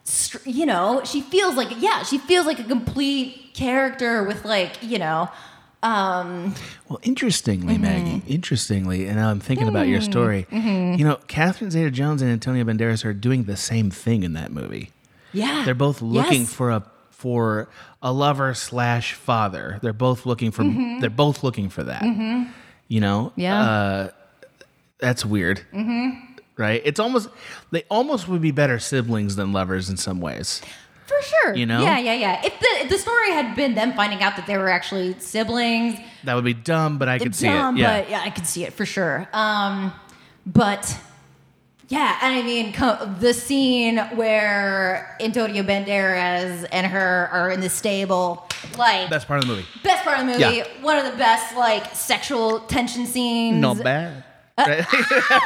str- you know, she feels like yeah, she feels like a complete character with like you know, um, Well, interestingly, Maggie, interestingly, and now I'm thinking about your story. You know, Catherine Zeta-Jones and Antonio Banderas are doing the same thing in that movie. yeah. They're both looking Yes. for a for a lover slash father. They're both looking for. They're both looking for that. You know? Mm-hmm. Yeah. Uh, that's weird. Mm-hmm. Right? It's almost, they almost would be better siblings than lovers in some ways. For sure. You know? Yeah, yeah, yeah. If the if the story had been them finding out that they were actually siblings, That would be dumb, but I could see dumb, it. Yeah. but yeah, I could see it for sure. Um, but yeah, and I mean co- the scene where Antonio Banderas and her are in the stable, like That's part of the movie. best part of the movie, Yeah. one of the best like sexual tension scenes. Not bad. Right?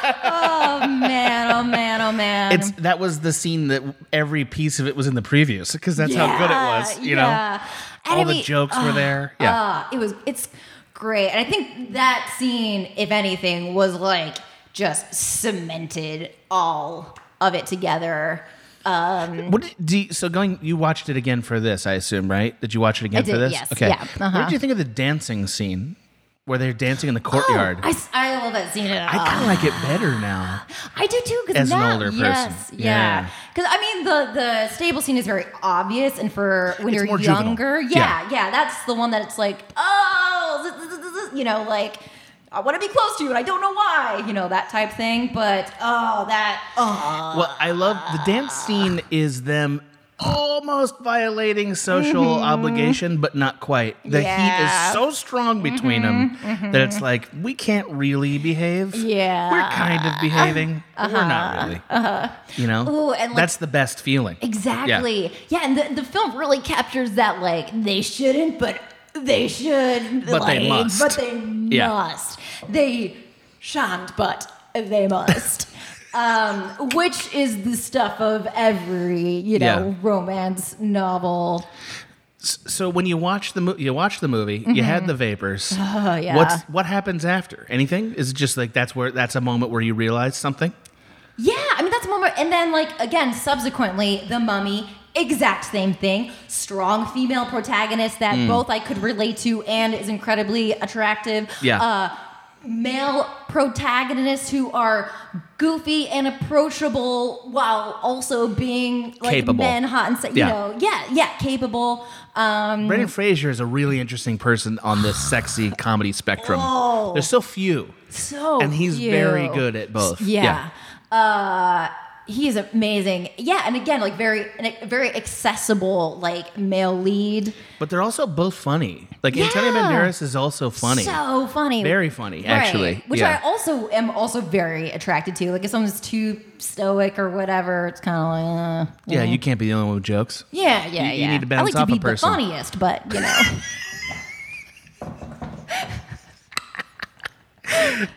Oh man, oh man, oh man. it's that was the scene that every piece of it was in the previews because that's how good it was. You know, all the jokes were there. Yeah. Yeah, uh, it was. It's great, and I think that scene, if anything, was like just cemented all of it together. Um, What did, do you, so going? You watched it again for this, I assume, right? Did you watch it again did, for this? yes. Okay. Yeah. What Uh-huh. did you think of the dancing scene where they're dancing in the oh, courtyard? I, s- I love that scene. uh, I kind of like it better now. I do too. Cause As an now- older person. yes, Yeah. yeah. Because I mean, the the stable scene is very obvious, and for when It's more you're juvenile. younger, Yeah. yeah, yeah, that's the one that it's like, oh, z- z- z- z- you know, like I want to be close to you, and I don't know why, you know, that type thing. But oh, that oh, Well, I love the dance scene is them almost violating social obligation, but not quite. The heat Mm-hmm. Yeah. Mm-hmm, is so strong between them that it's like we can't really behave. Yeah. Uh-huh. we're kind of behaving. but We're not really. You know, Ooh, and, like- that's the best feeling. exactly, yeah. and the, the film really captures that, like they shouldn't, but they should, But they like, must. but they Yeah. must, they shan't, but they must. Um, which is the stuff of every, you know, Yeah. romance novel. So when you watch the mo- you watch the movie, you had the vapors. Mm-hmm. Oh, yeah. What's what happens after? Anything? Is it just like that's where that's a moment where you realize something? Yeah, I mean that's a moment, and then like again, subsequently, the mummy, exact same thing. Strong female protagonist that Hmm. both I could relate to and is incredibly attractive. Yeah. Uh, male protagonists who are goofy and approachable while also being like Capable. men hot and se- Yeah. you know yeah yeah capable um Brendan Fraser is a really interesting person on this sexy comedy spectrum. There's so few, Oh. so and he's very cute. good at both. Yeah. Uh, he is amazing. Yeah, and again, like very, an- very accessible, like male lead. but they're also both funny. Like Antonio Yeah. Banderas is also funny, So funny. very funny Right. actually. Which yeah. I also am also very attracted to. Like if someone's too stoic or whatever, it's kind of like, uh, yeah, you can't be the only one with jokes. yeah, yeah, You- you yeah. need to I bounce like off a to be person. the funniest, but you know,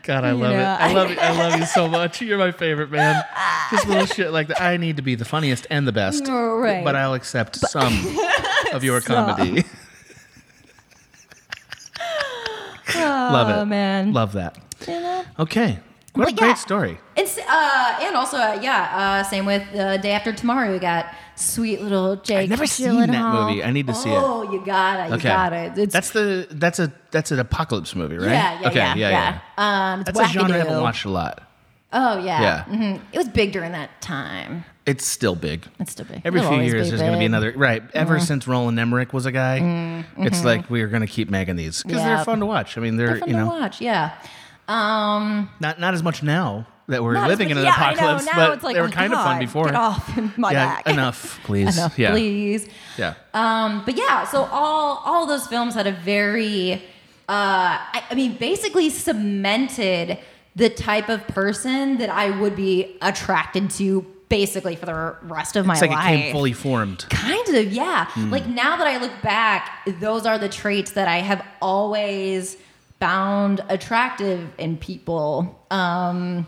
God, I love know, it. I I- love it. I love you so much. You're my favorite man. Just little shit like that. I need to be the funniest and the best. All right. But I'll accept some of your comedy. love it. oh man. Love that. You know? Okay. What a But great yeah. story. It's uh, and also uh, yeah, uh, same with uh, Day After Tomorrow. We got sweet little Jake. I've never seen that Gyllenhaal. movie. I need to see it. Oh, you got it. You Okay. got it. It's that's the that's a that's an apocalypse movie, right? yeah, yeah, okay, yeah, yeah, Um, it's That's a genre I haven't wackadoo. watched a lot. Oh yeah, Yeah. hmm It was big during that time. It's still big. It's still big. Every It'll few always years, be there's going to be big. Mm-hmm, another. Right. Ever since Roland Emmerich was a guy, it's like we're going to keep making these because they're Yep. fun to watch. I mean, they're, Fun you know to watch. Yeah. Um, not not as much now that we're not as living much- in an yeah, I know. apocalypse, Now but it's like, they were oh, kind of God, fun before. Get off my yeah, back. enough, please. Enough, yeah. please. Yeah. Um, but yeah, so all all those films had a very, uh, I, I mean, basically cemented the type of person that I would be attracted to, basically for the rest of my It's like life. it came fully Hmm. formed. Kind of, yeah. Like now that I look back, those are the traits that I have always found attractive in people. Um,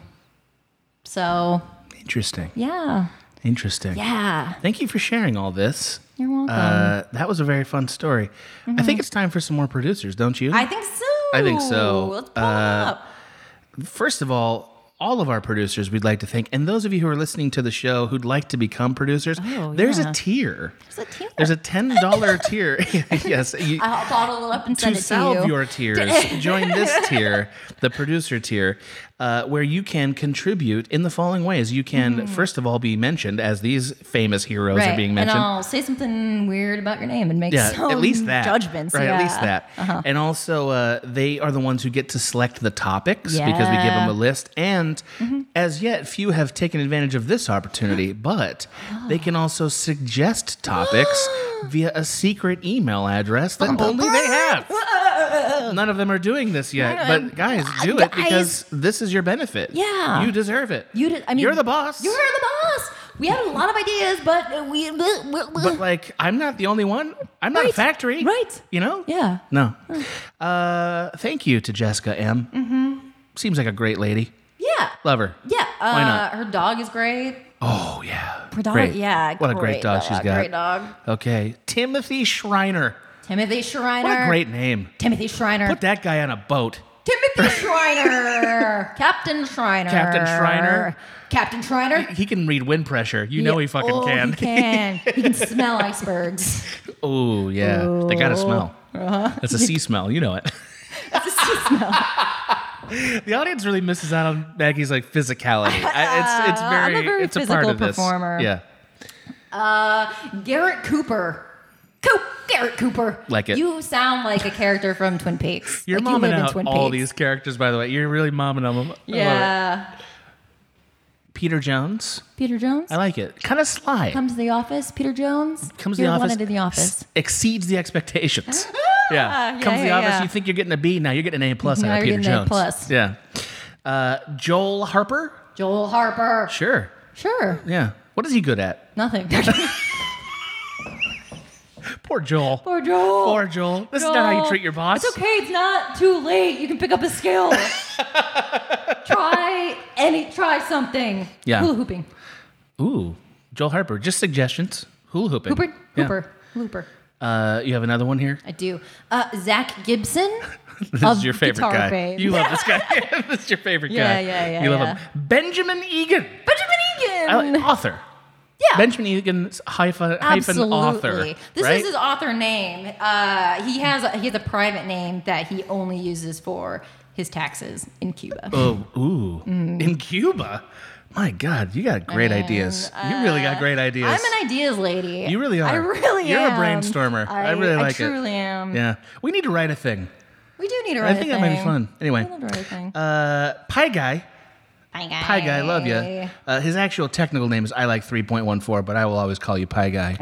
so Interesting. yeah, Interesting. yeah. Thank you for sharing all this. You're welcome. Mm-hmm. Uh, that was a very fun story. I think it's time for some more producers, don't you? I think so. I think so. Let's pull Uh, it up. First of all, all of our producers we'd like to thank. And those of you who are listening to the show who'd like to become producers, Oh, there's yeah. a tier. There's a tier. There's a $10 tier. yes. you- I'll bottle it up and to send it to salve you. your tears, join this tier, the producer tier. uh, where you can contribute in the following ways. You can, first of all, be mentioned as these famous heroes are being mentioned. Mm-hmm. And I'll say something weird about your name and make yeah, some at least that judgments. Right, at least yeah. Uh-huh. that. And also, uh, they are the ones who get to select the topics because we give Yeah. Mm-hmm. them a list. And as yet, few have taken advantage of this opportunity, but Oh. they can also suggest topics via a secret email address that only they have. None of them are doing this yet, but guys, do it Uh, Guys. because this is your benefit. Yeah. you deserve it. You did, I mean, you're the boss. You're the boss. We had a lot of ideas, but we. but like, I'm not the only one. I'm not a Right. factory. Right. You know. yeah. No. Uh, thank you to Jessica M. Mm-hmm. Seems like a great lady. Yeah. Love her. Yeah. Uh, Why not? Her dog is great. Oh yeah. Her dog, Great. yeah. What a great dog she's got. Great dog. Okay. Timothy Shriner. Timothy Shriner. What a great name. Timothy Shriner. Put that guy on a boat. Timothy Shriner. Captain Shriner. Captain Shriner. Captain Shriner. He can read wind pressure. You know he fucking oh, can. He can. He can smell icebergs. Oh yeah. They got a smell. Uh-huh. That's a sea smell. You know it. the audience really misses out on Maggie's like physicality. I, it's it's Uh, very, I'm a very it's a part physical of this. performer. Yeah. Garrett Cooper. Coop. Garrett Cooper. Like it. You sound like a character from Twin Peaks. You're like you momming live in out Twin all Peaks. these characters, by the way. You're really momming on them. I love it. Yeah. Peter Jones. Peter Jones I like it. Kind of sly. comes to the office. Peter Jones Comes to You're the office. Wanted in the office. s- Ah, exceeds the expectations. yeah. yeah, Comes to the yeah, office. yeah. You think you're getting a B. Now you're getting an A plus Now out of you're Peter getting an Jones. A plus. Yeah. Uh, Joel Harper. Joel Harper. Sure. Sure. Yeah. What is he good at? Nothing. Poor Joel. Poor Joel. Poor Joel. This is not how you Joel. treat your boss. It's okay. It's not too late. You can pick up a skill. try any. Try something. Yeah. Hula hooping. Ooh. Joel Harper. Just suggestions. Hula hooping. Hooper. Yeah. Hooper. Looper. Uh, you have another one here? I do. Uh, Zach Gibson. This of is your favorite Guitar guy. Babe. You love this guy. this is your favorite Yeah, guy. yeah, yeah, You love yeah. him. Benjamin Egan. I Benjamin Egan. like- author. yeah. Benjamin Egan's hyphen, hyphen Absolutely. author. This right? is his author name. Uh, he has a, he has a private name that he only uses for his taxes in Cuba. Oh, ooh. In Cuba. My God, you got great mean, ideas. you really got great ideas. uh, I'm an ideas lady. You really I are. really You're a am. brainstormer. I really like it. I truly am. yeah. We need to write a thing. We do need to I write a think that thing. might be fun. Anyway, We love to write a thing. uh, Pie Guy. Hi, guy. Pie Guy, love you. Uh, his actual technical name is I like 3.14, but I will always call you Pie Guy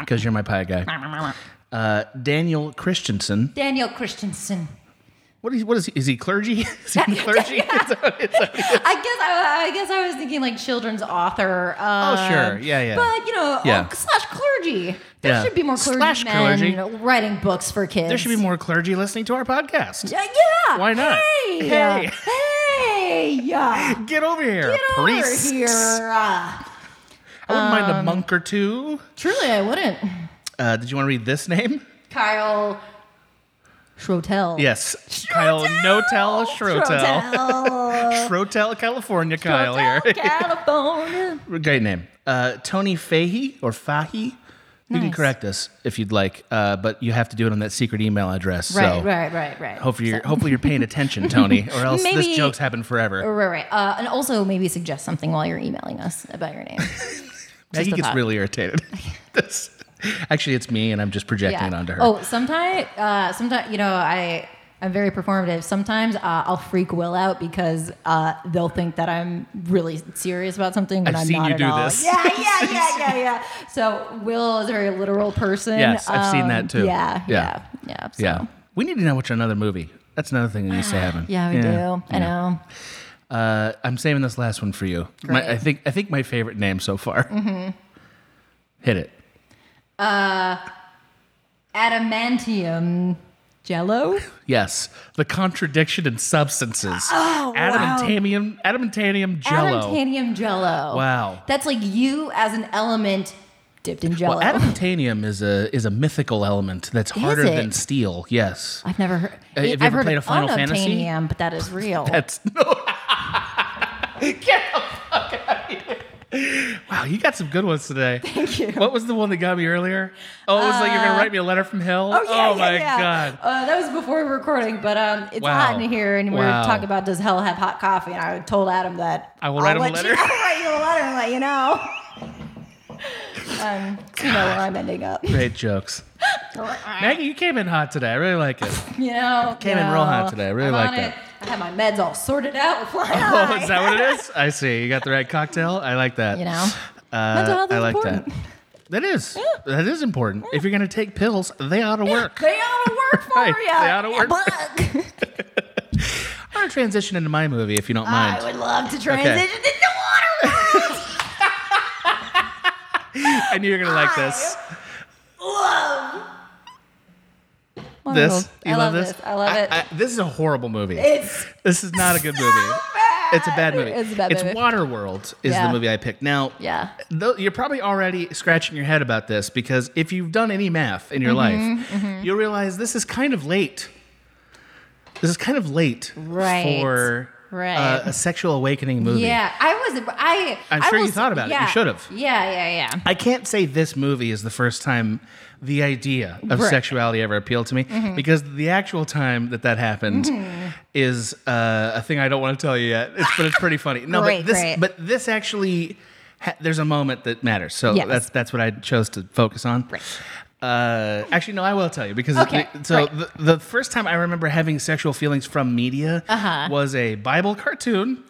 because you're my Pie Guy. Uh, Daniel Christensen. Daniel Christensen. What is, what is he? Is he clergy? Is he in clergy? I guess I, I guess I was thinking like children's author. Um, Oh, sure. Yeah, yeah. But you know, Yeah. oh, slash clergy. There Yeah. should be more clergy Slash clergy. writing books for kids. There should be more clergy listening to our podcast. Yeah, Uh, yeah. Why not? Hey, Hey. hey, yeah. Get over here, Get over priests. here. Um, Uh, I wouldn't mind a monk or two. truly, I wouldn't. Uh, did you want to read this name? Kyle Schrotel. Yes. Kyle Notel Schrotel. Schrotel. Schrotel, California, Kyle here. California. Great name. Uh, Tony Fahey or Fahy. You can Nice. correct us if you'd like, uh, but you have to do it on that secret email address. Right, so right, right, right. Hopefully you're, hopefully you're paying attention, Tony, or else Maybe- this joke's happened forever. Right, right. Uh, and also maybe suggest something while you're emailing us about your name. Maggie a gets thought. really irritated. That's- Actually, it's me, and I'm just projecting yeah. it onto her. Oh, sometimes, uh, sometimes you know, I I'm very performative. Sometimes uh, I'll freak Will out because uh, they'll think that I'm really serious about something, but I've am seen not you at do all. this. Yeah, yeah, yeah, yeah, yeah. So Will is a very literal person. Um, Yes, I've seen that too. Yeah, Yeah. yeah, yeah. so- Yeah. We need to now watch another movie. That's another thing that needs to happen. Yeah, we do. I know. Uh, I'm saving this last one for you. My, Great. Mm-hmm. I think I think my favorite name so far. Hit it. Adamantium Jello. Yes, the contradiction in substances. Oh, Adamantanium, adamantanium jello. Adamantium Jello. Wow. That's like you as an element dipped in Jello. well, adamantanium is a is a mythical element that's harder it? than steel. Yes, I've never heard. Uh, have you I've ever heard played of a Final Fantasy? unobtainium, but that is real. that's no. Get the fuck out of Wow, you got some good ones today. Thank you. What was the one that got me earlier? Oh, it was like you're gonna write me a letter from hell. Uh, Oh, yeah, yeah, my yeah. god. Uh, that was before we were recording, but um, it's Wow. hot in here, and we Wow. are talking about does hell have hot coffee? And I told Adam that I will I'll write him a let letter. You, I'll write you a letter and let you know. Um, 'cause you know where I'm ending up. Great jokes. Maggie, you came in hot today. I really like it. You know, Came in real hot today. I really I'm like on that. it. I had my meds all sorted out. With flying Oh, high. is that what it is? I see. You got the right cocktail. I like that. You know? Uh, Mental health I is like important. that. That is. That is important. If you're gonna take pills, they ought to work. They ought to work for Right, you. they oughta work. Buck. I'm gonna transition into my movie if you don't mind. I would love to transition into water. I knew you were gonna like this. Love. This. Wonderful. You I love, love, this? I love it. I- this is a horrible movie. it's This is not a good movie. bad. It's a bad movie. It's a bad movie. Waterworld is Yeah. the movie I picked. Now, Yeah. though, you're probably already scratching your head about this because if you've done any math in your Mm-hmm, life, you'll realize this is kind of late. This is kind of late Right. for Right. uh, a sexual awakening movie. Yeah, I was. I. I'm I sure you will s- thought about it. You yeah. should've. Yeah, yeah, yeah. I can't say this movie is the first time the idea of Right. Mm-hmm. sexuality ever appealed to me because the actual time that that happened is uh, a thing I don't want to tell you yet. It's, but it's pretty funny. No, Great, but this great. but this actually ha- there's a moment that matters. So Yes. that's that's what I chose to focus on. Right. Uh, actually, no, I will tell you because Okay, the- so right. the, the first time I remember having sexual feelings from media Uh-huh. was a Bible cartoon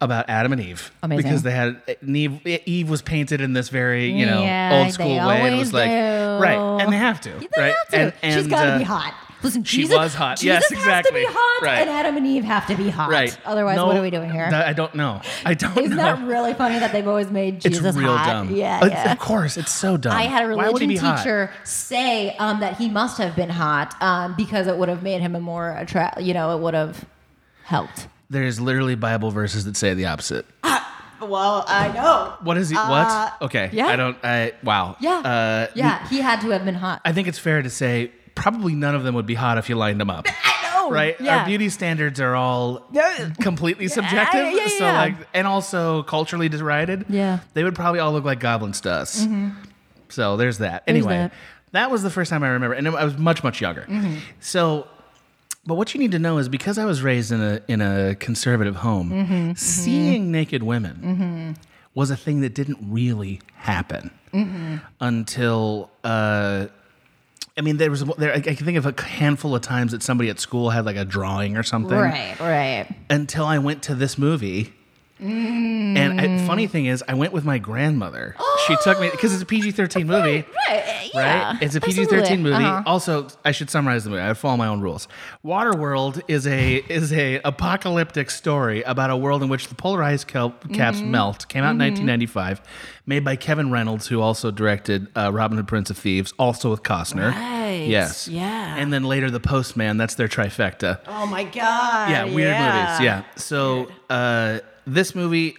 about Adam and Eve Amazing. because they had and Eve. Eve was painted in this very you know Yeah, old school they way. and It was always like do. right, and they have to. They right? have to. And, and, She's got to uh, be hot. Listen, she Jesus, was hot. Jesus Yes, exactly. Has to be hot, Right. and Adam and Eve have to be hot. Right. Otherwise, No, what are we doing here? th- I don't know. I don't Isn't know. that really funny that they've always made it's Jesus real hot? dumb. Yeah, It's- yeah. Of course, it's so dumb. I had a Why would he religion be hot? teacher say um, that he must have been hot um, because it would have made him a more attract. You know, it would have helped. There's literally Bible verses that say the opposite. Well, I know. What is he? Uh, what? Okay. yeah. I don't. I wow. Yeah. Uh, yeah, he had to have been hot. I think it's fair to say probably none of them would be hot if you lined them up. know. Right? Yeah. Our beauty standards are all Yeah. completely subjective. yeah, yeah, so yeah. like and also culturally derided. Yeah. Mm-hmm. They would probably all look like goblins to us. So there's that. Anyway, that. Mm-hmm. that was the first time I remember and I was much much younger. So but what you need to know is because I was raised in a in a conservative home, Mm-hmm. seeing naked women was a thing that didn't really happen until uh, I mean there was there I can think of a handful of times that somebody at school had like a drawing or something Right, right. until I went to this movie. And I, funny thing is, I went with my grandmother. She took me because it's a PG thirteen movie Right, eh, yeah. right? It's a PG absolutely. thirteen movie. Uh-huh. Also, I should summarize the movie. I follow my own rules. Waterworld is a is a apocalyptic story about a world in which the polar ice cal- caps Mm-hmm. melt. Came out in nineteen ninety five, made by Kevin Reynolds, who also directed uh, Robin Hood, Prince of Thieves, also with Costner. Right. Yes. Yeah. And then later, The Postman. That's their trifecta Oh my god. yeah, weird movies. Yeah. So uh, this movie,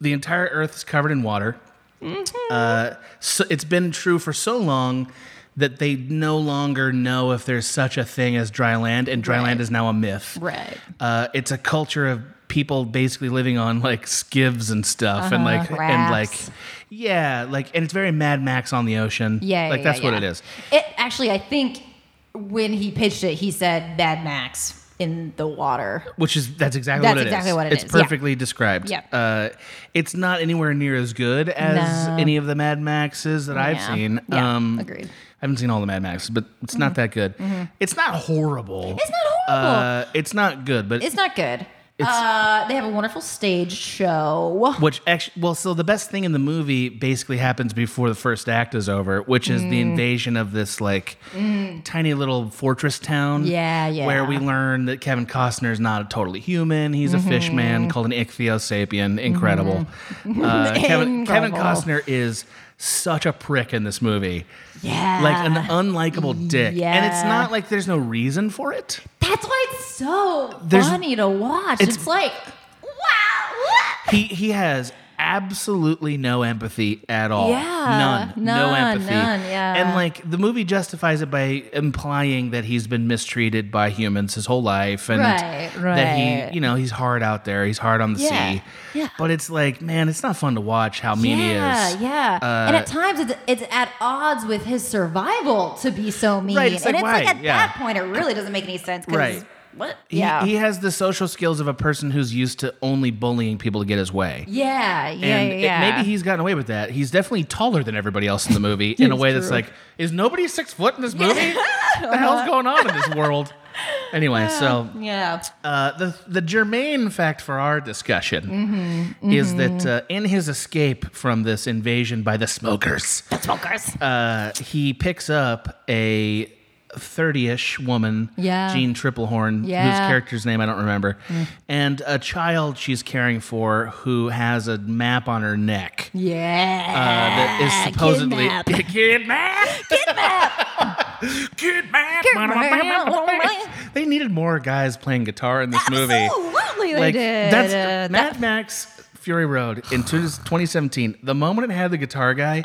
the entire Earth is covered in water. Mm-hmm. Uh, so it's been true for so long that they no longer know if there's such a thing as dry land, and dry Right. land is now a myth. Right. Uh, it's a culture of people basically living on like skivs and stuff, and Uh-huh, like and like rafts. yeah, like and it's very Mad Max on the ocean. Yeah. like yeah, that's what yeah. it is. It actually, I think when he pitched it, he said Mad Max in the water. Which is that's exactly That's what it is. exactly what it it's is, yeah. perfectly described. Yeah. Uh, it's not anywhere near as good as No. any of the Mad Maxes that I've Yeah. seen. Um, Yeah, agreed. Mm-hmm. I haven't seen all the Mad Maxes, but it's not that good. It's not horrible. It's not horrible. Uh, it's not good, but It's not good. It's- uh, they have a wonderful stage show. which actually, well, so the best thing in the movie basically happens before the first act is over, which is Mm. the invasion of this like tiny little fortress town. Yeah, yeah. Where we learn that Kevin Costner is not a totally human; he's a fish Mm-hmm. man called an ichthyosapien. Incredible. Uh, Kevin, Kevin Incredible. Costner is such a prick in this movie, Yeah. like an unlikable dick, and it's Uh, yeah. not like there's no reason for it. That's why it's so There's- funny to watch. it's- It's, like, wow. He he has absolutely no empathy at all. Yeah, None. No none, empathy. none, yeah. And like the movie justifies it by implying that he's been mistreated by humans his whole life and Right, that he, right. you know, he's hard out there, he's hard on the Yeah, sea. yeah. But it's like, man, it's not fun to watch how mean yeah, he is. yeah. Uh, and at times it's, it's at odds with his survival to be so mean. Right, it's like, and it's like why? at Yeah. that point it really doesn't make any sense. 'cause Right. What? He, yeah. he has the social skills of a person who's used to only bullying people to get his way. yeah. Yeah. and yeah. it- yeah. maybe he's gotten away with that. He's definitely taller than everybody else in the movie in a It's way that's true. like, is nobody six foot in this movie? what the hell's going on in this world? Anyway, so Yeah. uh, the the germane fact for our discussion Mm-hmm, is that uh, in his escape from this invasion by the smokers, The smokers. uh, he picks up a 30-ish woman, Yeah. Jean Triplehorn, whose Yeah. Mm. character's name I don't remember, and a child she's caring for who has a map on her neck yeah. uh, that is supposedly Ah, Kidnap. kidnap, kidnap, Kidnap. they needed more guys playing guitar in this movie. Absolutely, they Like did. that's Uh, Mad Max Fury Road in 2017. The moment it had the guitar guy,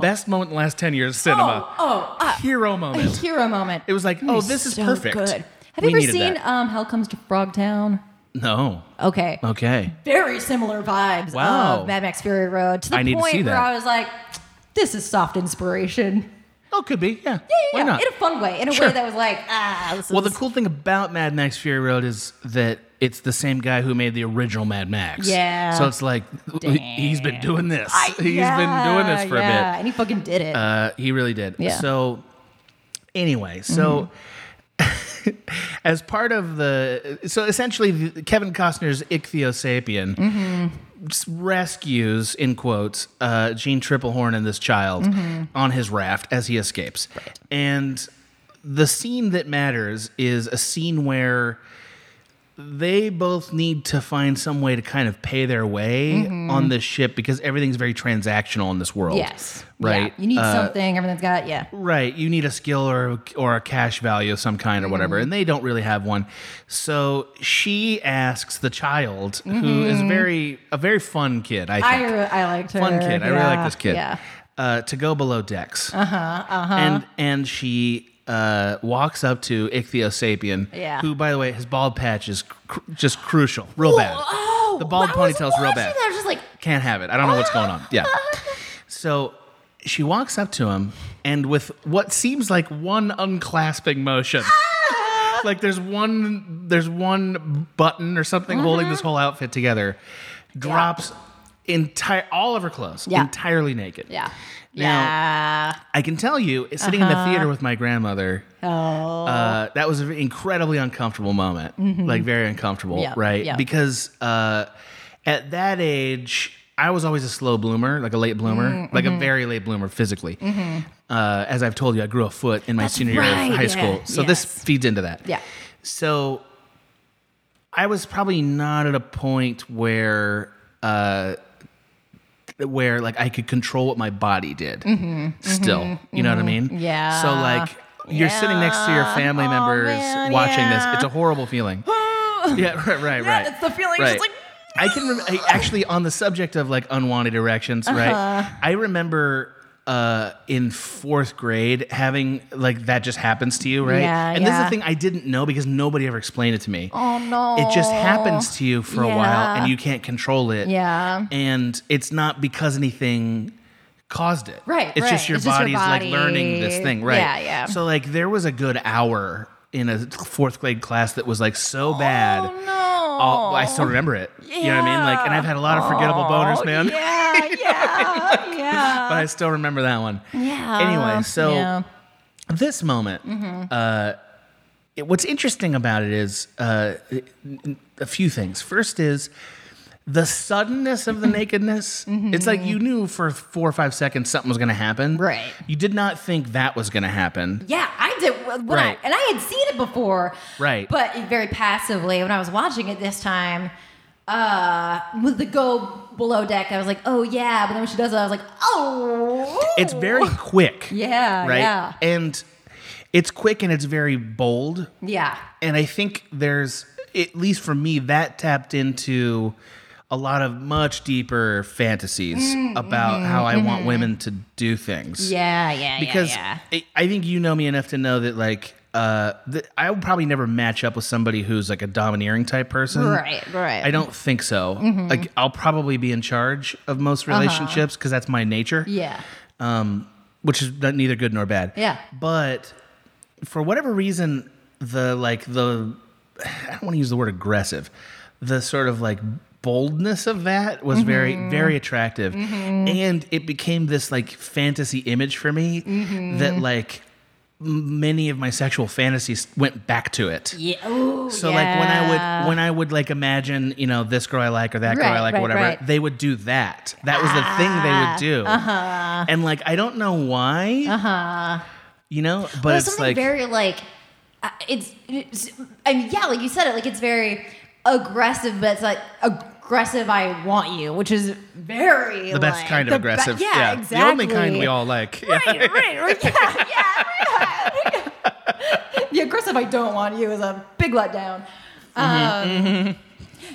best moment in the last 10 years of cinema, oh, oh, hero a moment. hero moment. It was like, oh, this is so perfect. Good. Have We you ever needed seen that. um, Hell Comes to Frogtown? No. Okay. Okay. Very similar vibes Oh. Wow. of Mad Max Fury Road to the I need to point see where that. I was like, this is soft inspiration. Oh, could be. Yeah. Why Yeah, not? In a fun way. In a Sure. way that was like, ah, this Well, the is. cool thing about Mad Max Fury Road is that it's the same guy who made the original Mad Max. Yeah. So it's like he's been doing this. He's been doing this for a bit. And he fucking did it. Uh, he really did. Yeah. Mm-hmm. So, anyway, so as part of the, so essentially, the, Kevin Costner's Ichthyosapien Mm-hmm. s- rescues, in quotes, uh, Gene Triplehorn and this child Mm-hmm. on his raft as he escapes. And the scene that matters is a scene where they both need to find some way to kind of pay their way on this ship because everything's very transactional in this world. Mm-hmm. yes. Right. Yeah. You need Uh, something. Everything's got, yeah. Right. You need a skill or or a cash value of some kind or Mm-hmm. whatever, and they don't really have one. So she asks the child, who is very a very fun kid, I I, think. re- Mm-hmm. I liked her. fun kid. I really Yeah, like this kid. Yeah. Uh-huh, Uh, to go below decks. Uh huh. Uh huh. And and she. Uh, walks up to Ichthyosapien, Yeah. who, by the way, his bald patch is cr- just crucial, real bad. Oh, the bald I was ponytail's real watching bad. that, I was just like, Can't have it. I don't know what's going on. Yeah. So she walks up to him and with what seems like one unclasping motion. like there's one there's one button or something holding Mm-hmm. this whole outfit together. Drops entire all of her clothes Yeah. entirely naked. yeah. Uh-huh. Now- yeah. I can tell you, sitting in the theater with my grandmother, Oh. uh, that was an incredibly uncomfortable moment, like very uncomfortable, Mm-hmm. Yeah, right? yeah. Because uh, at that age, I was always a slow bloomer, like a late bloomer, Mm, like mm-hmm. a very late bloomer physically. Uh, as I've told you, I grew a foot in my senior year right, of high yeah, school, so this yes. feeds into that. Yeah. So I was probably not at a point where. Uh, where like I could control what my body did still. You know what I mean? Mm-hmm, Yeah. So like you're sitting next to your family Yeah. Oh, members man, watching yeah. this. It's a horrible feeling. yeah, right, right, Yeah, right. that's the feeling. Right. Just like, I can rem- I, actually on the subject of like unwanted erections, Uh-huh. right? I remember uh in fourth grade having like that just happens to you, right? Yeah, and this is yeah. the thing I didn't know because nobody ever explained it to me. oh no. It just happens to you for a while Oh, Yeah. and you can't control it Yeah. and it's not because anything caused it. Right, It's just right. your It's just your body's body. like learning this thing. Right. Yeah, yeah. So like there was a good hour in a fourth grade class that was like so bad. Oh no. all- I still remember it. You know what I mean? Like, and I've had a lot of forgettable boners, man. Yeah, yeah, Oh, yeah. But I still remember that one. yeah. Anyway, so yeah. this moment, Mm-hmm. uh, it- what's interesting about it is uh, a few things. First is the suddenness of the Mm-hmm. nakedness. It's like you knew for four or five seconds something was going to happen. Right. You did not think that was going to happen. Yeah, I did when Right. I, and I had seen it before. Right. But very passively when I was watching it this time, uh, with the go below deck, I was like, oh yeah. But then when she does it, I was like, oh. It's very quick. Yeah. Right. Yeah. And it's quick and it's very bold. Yeah. And I think there's, at least for me, that tapped into. A a lot of much deeper fantasies about how I want women to do things. Mm, mm-hmm, Yeah, yeah, because yeah, I, I think you know me enough to know that like uh, th- I would probably never match up with somebody who's like a domineering type person. yeah. Right, right. Mm-hmm. I don't think so. Like I'll probably be in charge of most Uh-huh. relationships because that's my nature, Yeah. um, which is not- neither good nor bad. Yeah. But for whatever reason, the like the I don't want to use the word aggressive. The sort of like boldness of that was very very attractive, and it became this like fantasy image for me that like m- many of my sexual fantasies went back to it. Yeah. Ooh, So like when I would when I would like imagine you know this girl I like or that girl I Right, like or right, whatever right. Ah, they would do that that was the thing they would do uh-huh. and like I don't know why uh-huh. you know but well, it's something like very like uh, it's, it's I mean yeah like you said it like it's very aggressive but it's like aggressive I want you which is very the best like, kind of the be- aggressive yeah, exactly the only kind we all like Yeah. right right right yeah yeah, right. the aggressive I don't want you is a big letdown Mm-hmm, um,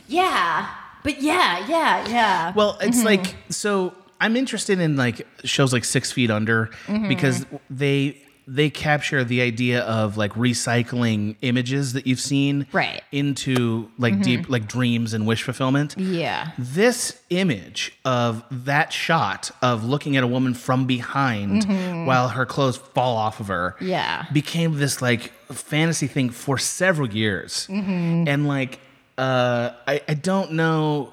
yeah but yeah yeah yeah Well, it's like so I'm interested in like shows like Six Feet Under Mm-hmm. because they they capture the idea of like recycling images that you've seen Right. Mm-hmm. into like deep like dreams and wish fulfillment. yeah This image of that shot of looking at a woman from behind while her clothes fall off of her Mm-hmm. Yeah. became this like fantasy thing for several years. Mm-hmm. And like, uh, I, I don't know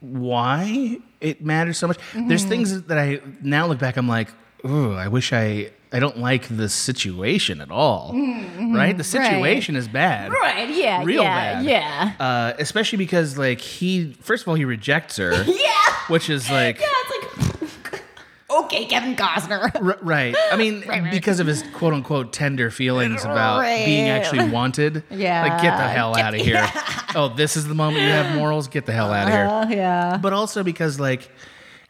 why it matters so much. Mm-hmm. There's things that I now look back, I'm like, ooh, I wish I. I don't like the situation at all, right? The situation is bad Mm-hmm. right yeah real Uh, yeah bad. yeah Uh, especially because like he first of all he rejects her, yeah which is like Yeah, it's like, okay, Kevin Costner. r- right. I mean, Right, right. because of his quote unquote tender feelings about being Right. actually wanted. Yeah. like get the hell out of here. Oh, this is the moment you have morals. Get the hell out of Uh-huh. here. Uh, yeah. But also because like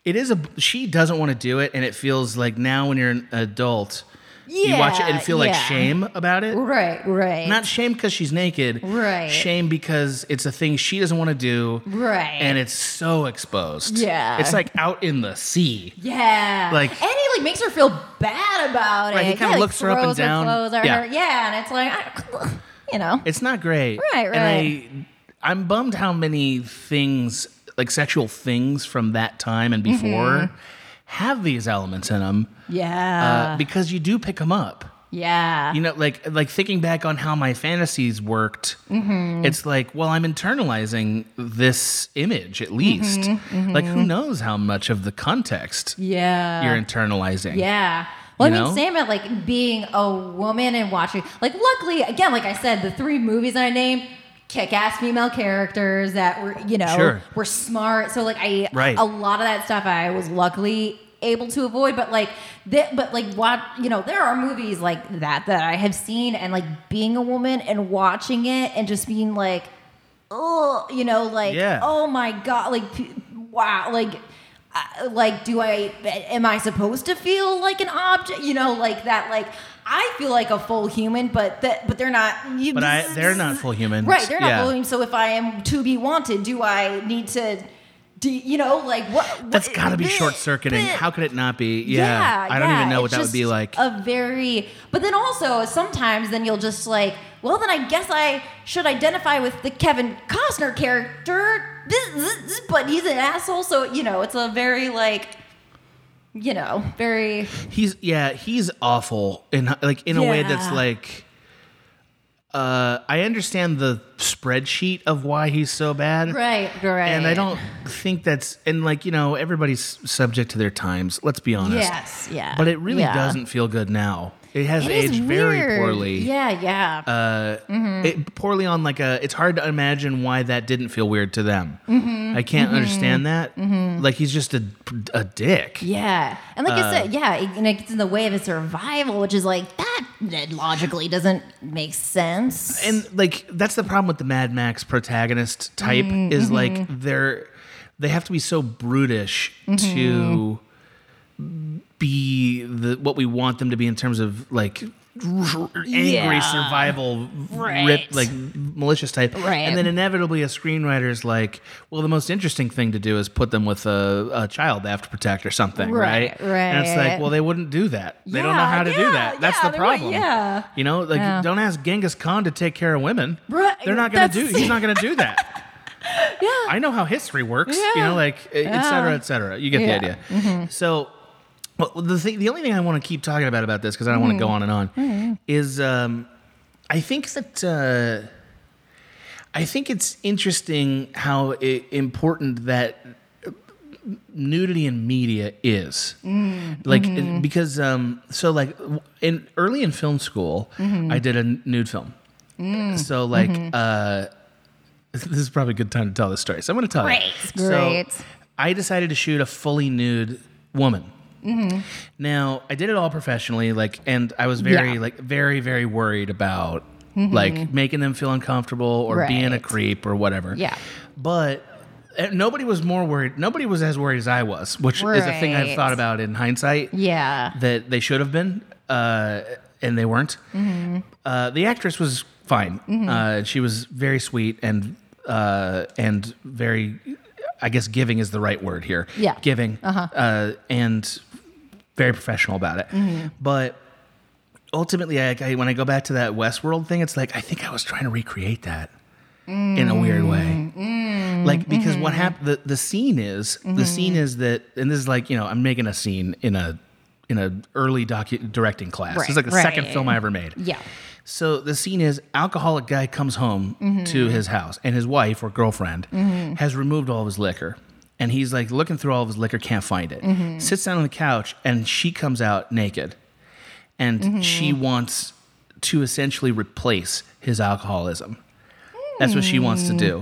it is a she doesn't want to do it, and it feels like now when you're an adult, you watch it and Yeah, feel like yeah. shame about it. Right, right. Not shame because she's naked. Right. Shame because it's a thing she doesn't want to do. Right. And it's so exposed. Yeah. It's like out in the sea. yeah. like- and he like makes her feel bad about it. Right, he kinda Yeah, like, looks her up and throws down. clothes at Yeah. her. yeah, and it's like, I, you know, It's not great. Right, And I, I'm bummed how many things, like sexual things from that time and before, Mm-hmm. have these elements in them uh, yeah, because you do pick them up. yeah, you know like like thinking back on how my fantasies worked Mm-hmm. it's like well i'm internalizing this image Mm-hmm, at least like who knows how much of the context yeah. you're internalizing Yeah. Well, You I mean, know? same at like being a woman and watching. Like, luckily, again, like I said, the three movies I named kick-ass female characters that were, you know, Sure. were smart. So like I, Right. a lot of that stuff I was luckily able to avoid. But like, that, but like what, you know, there are movies like that that I have seen, and like being a woman and watching it and just being like, oh, you know, like, Yeah. oh my god, like, p- wow, like, uh, like, do I am I supposed to feel like an object? You know, like that, like. I feel like a full human, but that, but they're not. You, but I, they're not full humans right? They're not Yeah. full human. So if I am to be wanted, do I need to? Do you know, like what? what- that's got to be bleh, short circuiting bleh. how could it not be yeah, Yeah, i don't yeah, even know what it's that would be just uh, like A very, but then also sometimes then you'll just like, well, then I guess I should identify with the Kevin Costner character, but he's an asshole, so you know it's a very like, you know, very he's yeah he's awful in like in a way that's Yeah. like uh i understand the spreadsheet of why he's so bad right, right, And I don't think that's and like you know everybody's subject to their times. Let's be honest. Yes, yeah, But it really yeah. doesn't feel good now. It has It is aged very weird. poorly. Yeah, yeah. Uh, It poorly on like a. It's hard to imagine why that didn't feel weird to them. I can't understand that. Like he's just a a dick. Yeah. And uh, like I said, yeah, it, and it gets in the way of his survival, which is like, that, that logically doesn't make sense. and like that's the problem with the Mad Max protagonist type Mm-hmm. is like they're they have to be so brutish to be the what we want them to be in terms of like angry Yeah. survival Right. rip like malicious type Right. and then inevitably a screenwriter is like well the most interesting thing to do is put them with a, a child they have to protect or something right Right, and it's like right. well they wouldn't do that they don't know Yeah, how to do yeah, that that's yeah, the they wouldn't- problem yeah. you know like Yeah. don't ask genghis khan to take care of women Right, they're not gonna do that's- he's not gonna do that Yeah. I know how history works, you Yeah. know, like e, et et Yeah. cetera, et cetera. You get Yeah. Mm-hmm. the idea. So, well, the thing, the only thing I want to keep talking about about this because I don't Mm. want to go on and on is um, I think that uh, I think it's interesting how i important that nudity in media is Mm, like mm-hmm. it- because um so like w- in early in film school Mm-hmm. i did a n- nude film Mm, so like uh this is probably a good time to tell this story so i'm going to tell Great. you So, Great. i decided to shoot a fully nude woman Mm-hmm. now i did it all professionally like and i was very Yeah. Mm-hmm. like very very worried about like making them feel uncomfortable or being a Right. creep or whatever Yeah. but uh, nobody was more worried. Nobody was as worried as I was, which is a thing I've Right. thought about in hindsight Yeah. that they should have been, uh, and they weren't. Mm-hmm. Uh, the actress was fine. Uh, she was very sweet and uh, and very, I guess, giving is the right word here. Yeah. Uh-huh. giving uh and very professional about it. Mm-hmm. But ultimately, I, I, when I go back to that Westworld thing, it's like I think I was trying to recreate that in a weird way. Like because what happened the, the scene is the scene is that and this is like, you know, I'm making a scene in a in a early docu- directing class. It's Right, like the second right. film I ever made. Yeah. So the scene is alcoholic guy comes home to his house and his wife or girlfriend has removed all of his liquor. And he's like looking through all of his liquor, can't find it. Sits down on the couch and she comes out naked. And she wants to essentially replace his alcoholism. That's what she wants to do.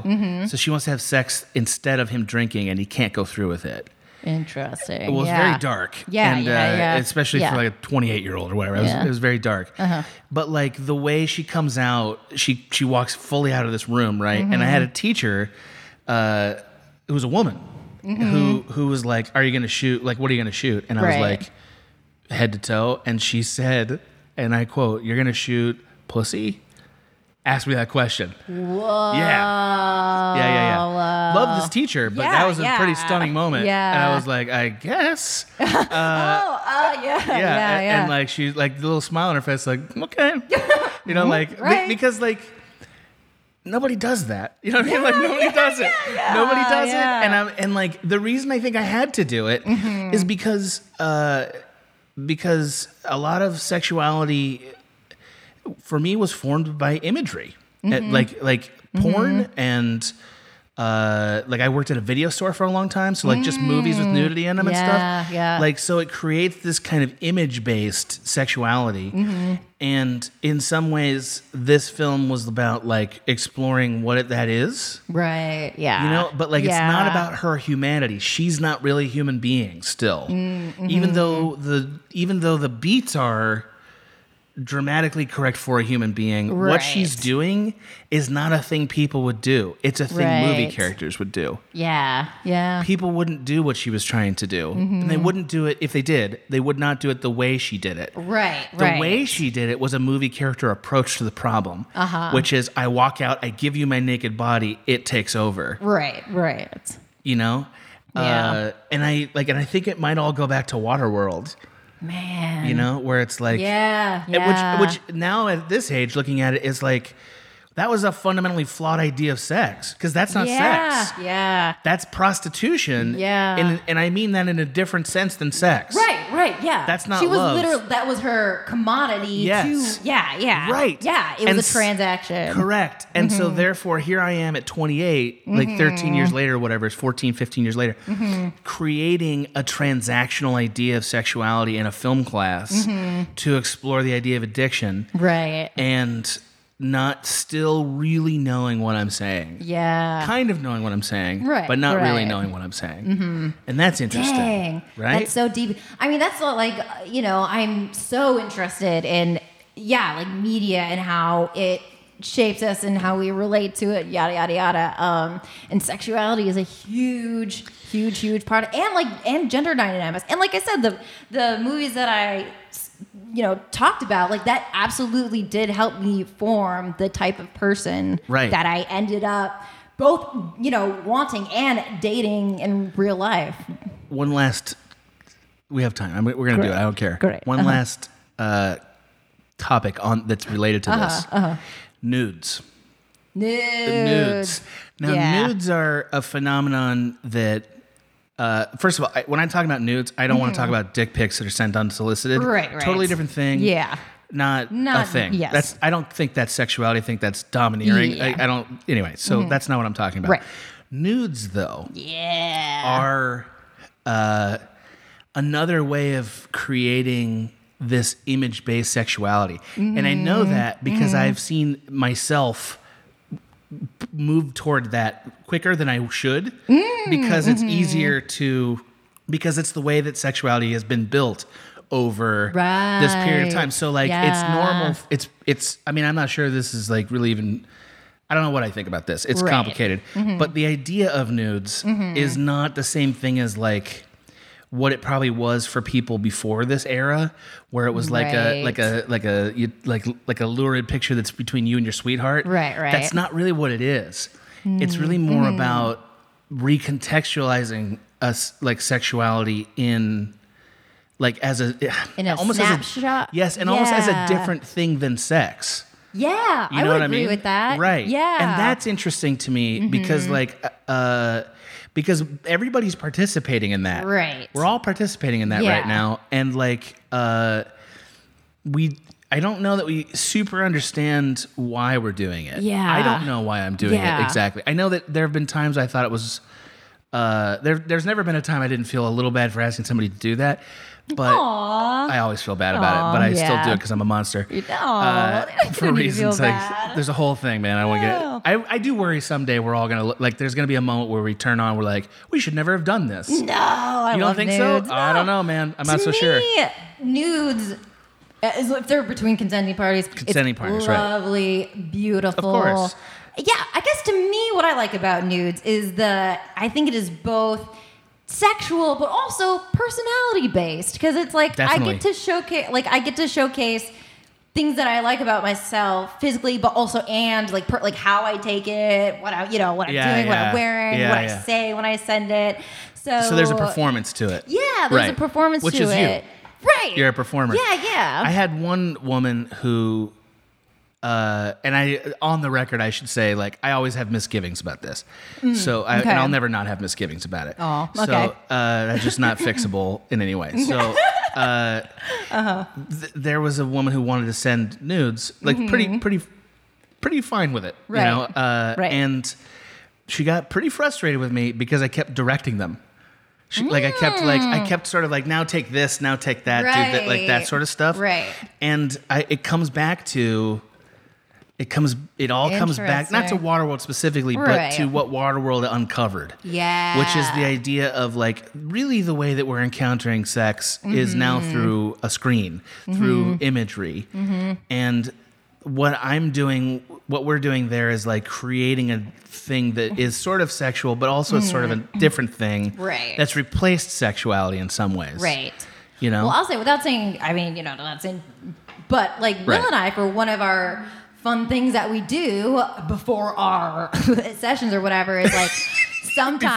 So she wants to have sex instead of him drinking and he can't go through with it. Interesting. Well, yeah. it's very dark. Yeah, and, yeah, uh, yeah. Especially Yeah. for like a 28 year old or whatever. It was, Yeah. Uh-huh. it was very dark. But like the way she comes out, she she walks fully out of this room, right? And I had a Mm-hmm. teacher, uh, it was a woman, who who was like, "Are you going to shoot? Like, what are you going to shoot?" And I was Mm-hmm. Right. like, head to toe, and she said, and I quote, "You're going to shoot pussy." Ask me that question. Whoa. Yeah. Uh, Yeah, yeah, yeah. Love this teacher, but that Yeah, was a pretty yeah. stunning moment. And I Yeah. was like, I guess. oh, uh, yeah. Yeah, yeah, yeah. and, and, like she like the little smile on her face like okay you know like be- right. because like nobody does that you know what i mean like nobody does it yeah, nobody does yeah. it and i'm and like the reason i think i had to do it is Mm-hmm. because uh because a lot of sexuality for me was formed by imagery Uh, Mm-hmm. like like porn and uh, like I worked at a video store for a long time, so like just movies with nudity in them Mm. Yeah, and stuff. yeah. Like so, it creates this kind of image-based sexuality, Mm-hmm. and in some ways, this film was about like exploring what it, that is, right. Yeah. you know. But like, it's not Ah, Yeah. about her humanity. She's not really a human being still, Mm, mm-hmm. even though the even though the beats are dramatically correct for a human being what she's Right. doing is not a thing people would do it's a thing movie Right. characters would do Yeah. Yeah. people wouldn't do what she was trying to do. And Mm-hmm. they wouldn't do it if they did, they would not do it the way she did it. Right. The right. way she did it was a movie character approach to the problem, Uh-huh. which is I walk out, I give you my naked body, it takes over, Right. Right. you know? Uh, Yeah. and I like, and I think it might all go back to Waterworld, Man. you know, where it's like, Yeah. it- Yeah. Which, which now at this age, looking at it, is like, that was a fundamentally flawed idea of sex because that's not yeah. sex. Yeah. That's prostitution. Yeah. And, and I mean that in a different sense than sex. Right, right, yeah. That's not She was love. literally that was her commodity Yes. to yeah, yeah. Right. Yeah, it was And a s- transaction. Correct. And so Mm-hmm. therefore here I am at 28, like 13 years later, whatever, it's 14, 15 years later, Mm-hmm. creating a transactional idea of sexuality in a film class Mm-hmm. to explore the idea of addiction Right. and not still really knowing what I'm saying. Yeah. Kind of knowing what I'm saying, Right, but not really right. Mm-hmm. knowing what I'm saying. And that's interesting. Dang. Right? That's so deep. I mean, that's not like, uh, you know, I'm so interested in, yeah, like media and how it shapes us and how we relate to it, yada, yada, yada. Um, and sexuality is a huge, huge, huge part. And like, and gender dynamics. And like I said, the, the movies that I s- you know talked about like that absolutely did help me form the type of person Right. that i ended up both you know wanting and dating in real life one last. We have time. I mean, we're gonna do it. I don't care. Great. One Uh-huh. last uh, topic on that's related to this. Nudes. Uh-huh, nudes Nudes. Now, Yeah. nudes are a phenomenon that. Uh, first of all, I, when I'm talking about nudes, I don't want to talk about dick pics that are sent unsolicited. Mm-hmm. Right, right. Totally different thing. yeah Not, Not- a thing. yes. That's I don't think that's sexuality. I think that's domineering. Yeah. Mm-hmm. I, I don't. Anyway, so that's not what I'm talking about. Right. Nudes, though, yeah are uh, another way of creating this image based sexuality. And I know that because I've seen myself move toward that quicker than I should because it's easier to, because it's the way that sexuality has been built over this period of Right. time. So like it's Yeah. normal. It's, it's, I mean, I'm not sure this is like really even I don't know what I think about this. It's Right. Mm-hmm. complicated. But the idea of nudes is not the same thing as like what it probably was for people before this era where it was like a Right. like a like a you, like like a lurid picture that's between you and your sweetheart. Right, right. Mm, mm-hmm. That's not really what it is. It's really more about recontextualizing us like sexuality in like as a In a almost snapshot? As a, yes, and almost as a Yeah. different thing than sex. yeah You i know would what I agree mean? with that Right. yeah Mm-hmm. And that's interesting to me because like uh because everybody's participating in that. Right. We're all participating in that right Yeah. now. And like uh we I don't know that we super understand why we're doing it. Yeah. I don't know why I'm doing it Yeah. exactly. I know that there have been times I thought it was uh there there's never been a time I didn't feel a little bad for asking somebody to do that. But Aw. I always feel bad about it, Aw, but I still yeah. do it because I'm a monster. Aw, you don't Uh, for need to reasons feel like bad. there's a whole thing, man. I No. want to get. I, I do worry someday we're all gonna look, like there's gonna be a moment where we turn on. We're like, we should never have done this. no Mm, i you don't love think nudes. so? I don't No. know, man. I'm not so to me, sure. Nudes, as if they're between consenting parties, Consenting it's parties, right. lovely, beautiful. course. Yeah, I guess to me, what I like about nudes is the I think it is both sexual but also personality based because it's like I Definitely. get to showcase, like I get to showcase things that I like about myself physically, but also and like per, like how I take it, what I you know what I'm Yeah, doing, what yeah. I'm wearing, Yeah, what yeah. I say when I send it. So So there's a performance to it. yeah, there's a Right. performance Which to is you. it. Right. You're a performer. Yeah, yeah. I had one woman who, uh, and I on the record, I should say, like I always have misgivings about this. so I, Mm, okay. and I'll never not have misgivings about it. Aw, So okay. uh, that's just not fixable in any way. So. Uh, th- there was a woman who wanted to send nudes, like pretty, pretty, pretty fine with it, Mm-hmm. Right. you know. Uh, Right. And she got pretty frustrated with me because I kept directing them. She, Like I kept like I kept sort of like now take this, now take that, do that, like that Mm. Right. sort of stuff. Right. And I, it comes back to it comes it all comes back not to Interesting. Waterworld specifically, Right. but to what Waterworld uncovered. Yeah. Which is the idea of like really the way that we're encountering sex is now Mm-hmm. through a screen, through imagery. And what I'm doing, what we're doing there is like creating a thing that is sort of sexual, but also it's sort of a different thing. Mm-hmm. Right. That's replaced sexuality in some ways. Right. You know? Well, I'll say without saying, I mean, you know, not saying, but like Right. Will and I, for one of our fun things that we do before our sessions or whatever, is like sometimes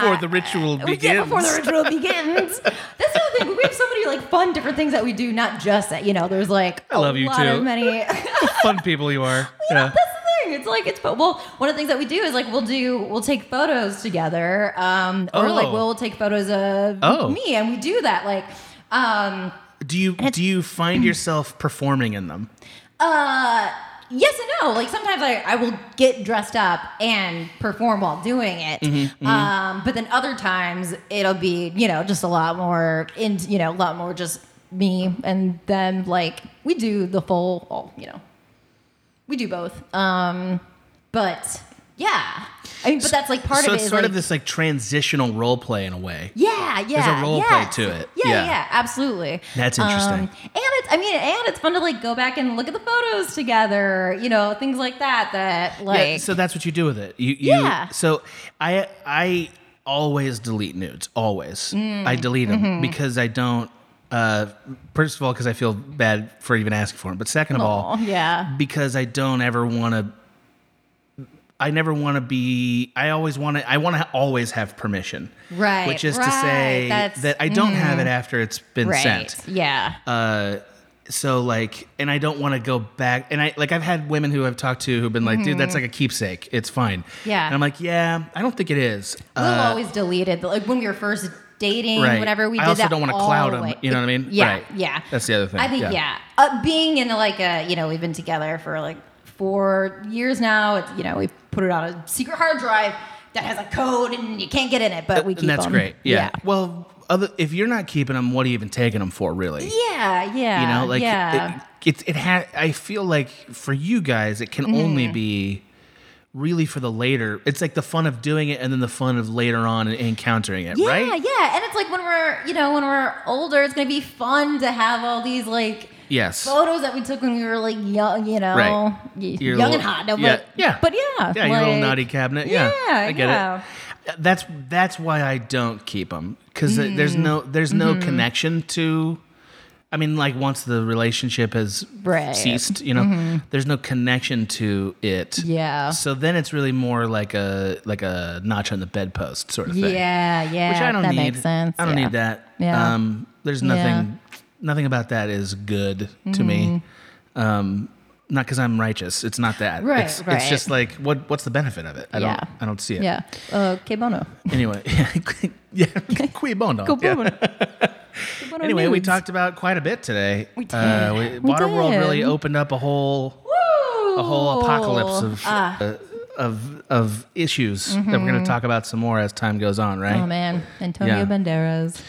Before the ritual Yeah, before the begins. ritual begins. That's the other thing. We have so many like fun different things that we do, not just that. You know, there's like a love you lot too. of many. Fun people you are. yeah. that's the thing. It's like it's but well, one of the things that we do is like we'll do we'll take photos together, um, or Oh. like we'll take photos of Oh. me, and we do that like. Um, Do you do you find yourself performing in them? uh, yes and no. Like sometimes I, I will get dressed up and perform while doing it, Mm-hmm, um, but then other times it'll be you know just a lot more in you know a lot more just me and then like we do the full well, you know we do both. Um, but yeah, I mean, but that's like part so of it. it's is, sort of like- this like transitional role play in a way. yeah, yeah. There's a role play yes. to it. Yeah, Yeah. yeah, absolutely. Um, That's interesting. and it's, I mean, and it's fun to like go back and look at the photos together, you know, things like that. That like, yeah, so that's what you do with it. You, you Yeah. So I Mm, mm-hmm. I always delete nudes. Always. I delete them because I don't Uh, first of all, because I feel bad for even asking for them. But second of all, Aw, oh, yeah. because I don't ever want to. I never want to be. I always want to. I want to always have permission, Right, Which is to right, say that's- mm-hmm. that I don't have it after it's been sent. Yeah. Uh, so like, and I don't want to go back. And I like I've had women who I've talked to who've been like, "Dude, that's like a keepsake. It's fine." Mm-hmm. Yeah. and I'm like, "Yeah, I don't think it is." Uh, We'll always delete it. Like when we were first dating, Right. whatever we I did also that don't wanna all cloud the 'em, way. you know what I mean? Yeah, Right. yeah. That's the other thing, I think yeah. yeah. Uh, being in like a you know we've been together for like four years now. It's, you know we put it on a secret hard drive that has a code and you can't get in it, but we keep and that's 'em. great. Yeah. Yeah. Well, other, if you're not keeping them, what are you even taking them for, really? Yeah. Yeah. you know, like yeah. it, it, it ha- I feel like for you guys, it Mm-hmm. can only be really for the later. It's like the fun of doing it, and then the fun of later on encountering it, Yeah, right? yeah. And it's like when we're, you know, when we're older, it's gonna be fun to have all these like Yes. photos that we took when we were like young, you know, Right. y- You're a young and little- hot. No, yeah, but, yeah. but yeah, yeah, your little like- naughty cabinet. Yeah, yeah, I get yeah. it. That's that's why I don't keep them because Mm. there's no there's no Mm-hmm. connection to. I mean, like once the relationship has Right. Mm-hmm. ceased, you know, there's no connection to it. Yeah. So then it's really more like a like a notch on the bedpost sort of thing. Yeah, yeah. Which I don't that need. makes sense. I don't yeah. need that. Yeah. Um, there's Yeah. nothing nothing about that is good to me. Um, not because I'm righteous. It's not that. Mm-hmm. Right, It's, right. it's just like what what's the benefit of it? I Yeah. don't I don't see it. Yeah. Uh, que bono. Anyway. Yeah. yeah. Qui bono. Go Yeah. bono. Que bono Anyway, we nudes. talked about quite a bit today. We did. Uh, we, We Waterworld did. really opened up a whole Woo! a whole apocalypse of Ah, uh, of of issues that we're going to talk about some more as time goes on, right? Mm-hmm. Oh man, Antonio Yeah. Banderas.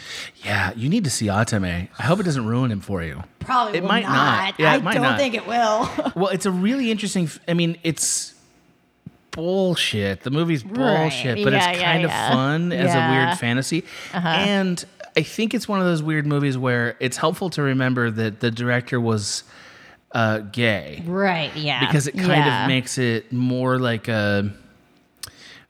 Yeah, you need to see Atame. I hope it doesn't ruin him for you. Probably It will might not. not. Yeah, it I might don't not. think it will. Well, it's a really interesting. f- I mean, it's bullshit. The movie's bullshit, but Yeah, it's yeah, kind yeah. of fun as a Yeah. Uh-huh. weird fantasy. And I think it's one of those weird movies where it's helpful to remember that the director was uh, gay. right. Yeah. because it kind yeah. of makes it more like a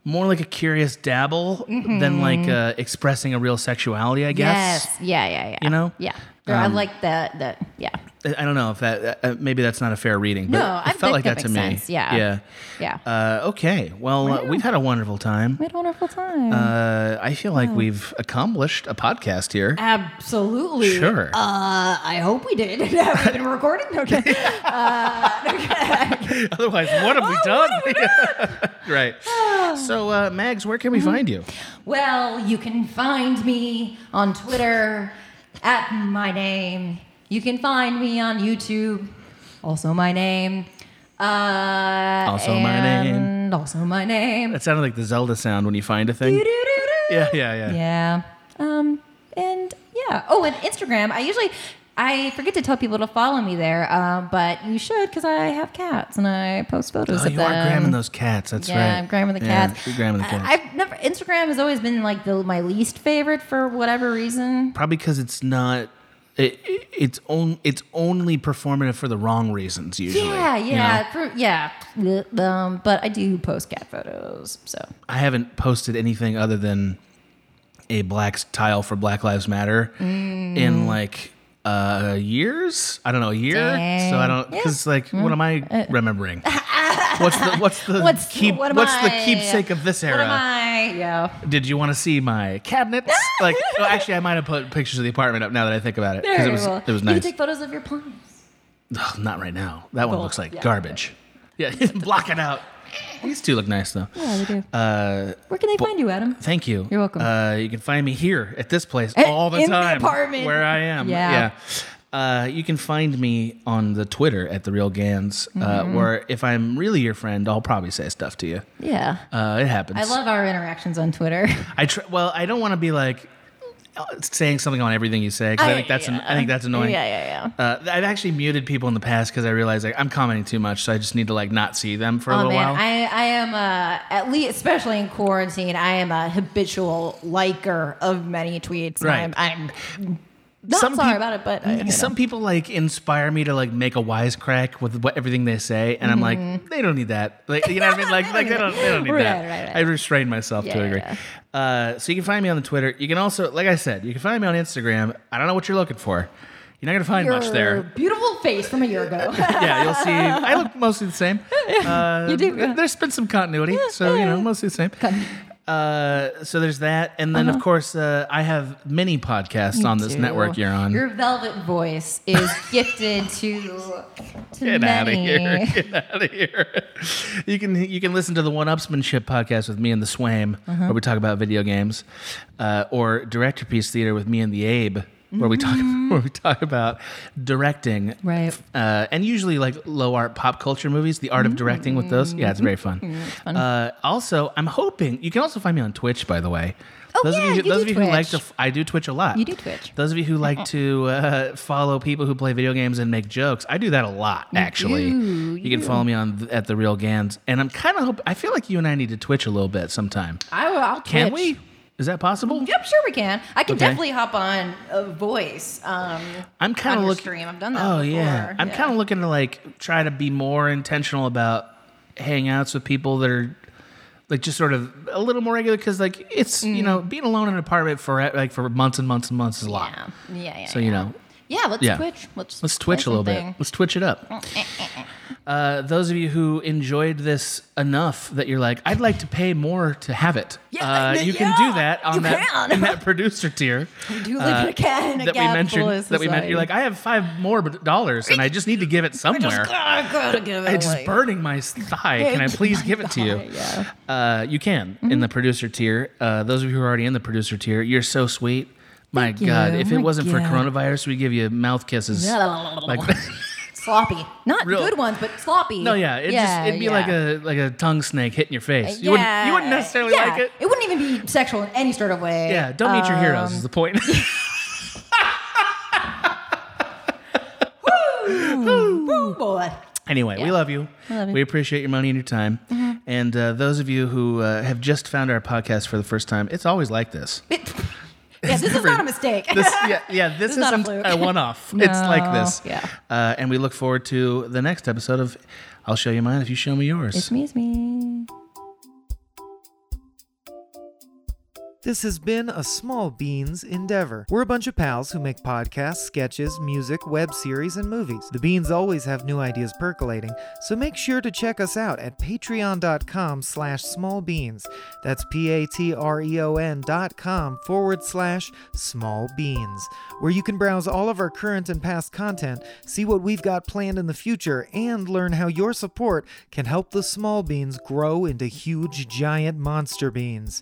more like a curious dabble Mm-hmm. than like uh, expressing a real sexuality. I guess Yes. Yeah. Yeah. Yeah. You know? Yeah. I Um, like that. That. Yeah. I I don't know if that uh, maybe that's not a fair reading. But No, I it felt think like that that to makes me. sense. Yeah. yeah. Yeah. Uh, okay, well uh, we've had a wonderful time. we had a wonderful time. Uh, I feel Oh. like we've accomplished a podcast here. Absolutely. Sure. Uh, I hope we did. We've been recording. Okay. Otherwise, what have Oh, we done? right. So, uh, Mags, where can we Mm-hmm. find you? Well, you can find me on Twitter at my name. You can find me on YouTube, also my name. Uh, Also my name. and Also my name. That sounded like the Zelda sound when you find a thing. Do-do-do-do. Yeah, yeah, yeah. Yeah. Um, and yeah. Oh, and Instagram. I usually I forget to tell people to follow me there, um, but you should because I have cats and I post photos Oh, of you them. are gramming those cats. That's uh, yeah, right. I'm gramming the Yeah, cats. You're gramming the cats. I, have never. Instagram has always been like the, my least favorite for whatever reason. Probably because it's not. It, it- it's on, It's only performative for the wrong reasons usually. Yeah, you yeah, know? for- yeah. Bleh, Um, but I do post cat photos, so I haven't posted anything other than a black tile for Black Lives Matter in Mm. like uh years. I don't know a year. Dang. Mm. Uh. So I don't because like what am I remembering? what's the what's the What's- keep what am what's I? the keepsake of this what am era? I? Yeah, Did you want to see my cabinets? like oh, actually, I might have put pictures of the apartment up now that I think about it because very it was well. it was You nice. can take photos of your plants. Ugh, not right now. That one Well, looks like yeah. garbage. Yeah, block it out. These two look nice though. Yeah, they do. Uh, Where can they find you, Adam? Thank you. You're welcome. Uh, you can find me here at this place Eh, all the in the time. apartment. Where I am. Yeah. Yeah. Uh, you can find me on the Twitter at the Real Gans, uh, Mm-hmm. where if I'm really your friend, I'll probably say stuff to you. Yeah. Uh, it happens. I love our interactions on Twitter. I tr- well, I don't want to be like uh, saying something on everything you say 'cause I, I- think that's an- yeah. I think that's annoying. Yeah, yeah, Uh, I've actually muted people in the past because I realized like I'm commenting too much, so I just need to like not see them for a Oh little man, while. I, I am uh, at least, especially in quarantine, I am a habitual liker of many tweets. and Right. I'm, I'm Not some sorry peop- about it, but I, you know. Some people like inspire me to like make a wisecrack with what, everything they say, and I'm like, they don't need that. Like, you know what I mean? Like, like they don't, they don't need Mm-hmm. Right, that. right, right. I restrain myself to Yeah, a degree. yeah, Uh, so you can find me on the Twitter. You can also, like I said, you can find me on Instagram. I don't know what you're looking for. You're not gonna find much Your there. Beautiful face from a year ago. Yeah, you'll see. I look mostly the same. Uh, You do. th- There's been some continuity, so you know, mostly the same. Uh, so there's that, and then Uh-huh. of course uh, I have many podcasts on this do. network you're on. Your velvet voice is gifted to, to Get out of many. here! Get out of here! You can you can listen to the One Upsmanship podcast with me and the Swam, where we talk about video games, uh, or Director Piece Theater with me and the Abe, where we talk where we talk about directing, Right. Uh, and usually like low art pop culture movies, the art of directing with those. Yeah, it's very fun. Mm, Uh, also, I'm hoping you can also find me on Twitch, by the way. Oh, those yeah, of you, you those do of you who like to, Twitch. f- I do Twitch a lot. You do Twitch. Those of you who like to uh, follow people who play video games and make jokes, I do that a lot. Actually, do, you can follow me on th- at the Real Gans, and I'm kind of hope. I feel like you and I need to Twitch a little bit sometime. I will. I'll Can twitch. we? Is that possible? Yeah, I'm sure we can. I can Okay. definitely hop on a voice. Um, I'm kind on of your looking. stream. I've done that Oh yeah, before. I'm Yeah. kind of looking to like try to be more intentional about hangouts with people that are like just sort of a little more regular because like it's Mm. you know being alone in an apartment for like for months and months and months is a lot. yeah, yeah, yeah. So you yeah. know, Yeah, let's Yeah. twitch. Let's Let's twitch a play little something. bit. Let's twitch it up. Uh, those of you who enjoyed this enough that you're like, I'd like to pay more to have it. Yeah, uh, yeah, you can yeah, do that on you that can. in that producer tier Do live in a cat in a Uh, that we mentioned. That we mentioned. You're like, I have five more b- dollars and I just need to give it somewhere. I gotta give it It's away. burning my thigh. Can I It's please my give it to you? thigh, Mm-hmm. Uh, you can in the producer tier. Uh, those of you who are already in the producer tier, you're so sweet. My Thank God, you. if My it wasn't for God. coronavirus, we'd give you mouth kisses. like, sloppy, not Real- good ones, but sloppy. No, yeah, it just, it'd be like yeah. a like a tongue snake hitting your face. You wouldn't you wouldn't necessarily yeah. like it. It wouldn't even be sexual in any sort of way. Yeah, don't meet your heroes Um, is the point. Woo, boy. anyway, we Yeah. love you. love you. Mm-hmm. We appreciate your money and your time. And uh, those of you who uh, have just found our podcast for the first time, it's always like this. It- yeah, this is never- not a mistake. This yeah, yeah this, is not a isn't fluke. a, one-off. It's like No, this. yeah. Uh, and we look forward to the next episode of I'll show you mine if you show me yours. It's me, it's me. This has been a Small Beans endeavor. We're a bunch of pals who make podcasts, sketches, music, web series, and movies. The beans always have new ideas percolating, so make sure to check us out at patreon.com slash smallbeans. That's p-a-t-r-e-o-n E dot com forward slash small beans, where you can browse all of our current and past content, see what we've got planned in the future, and learn how your support can help the small beans grow into huge, giant monster beans.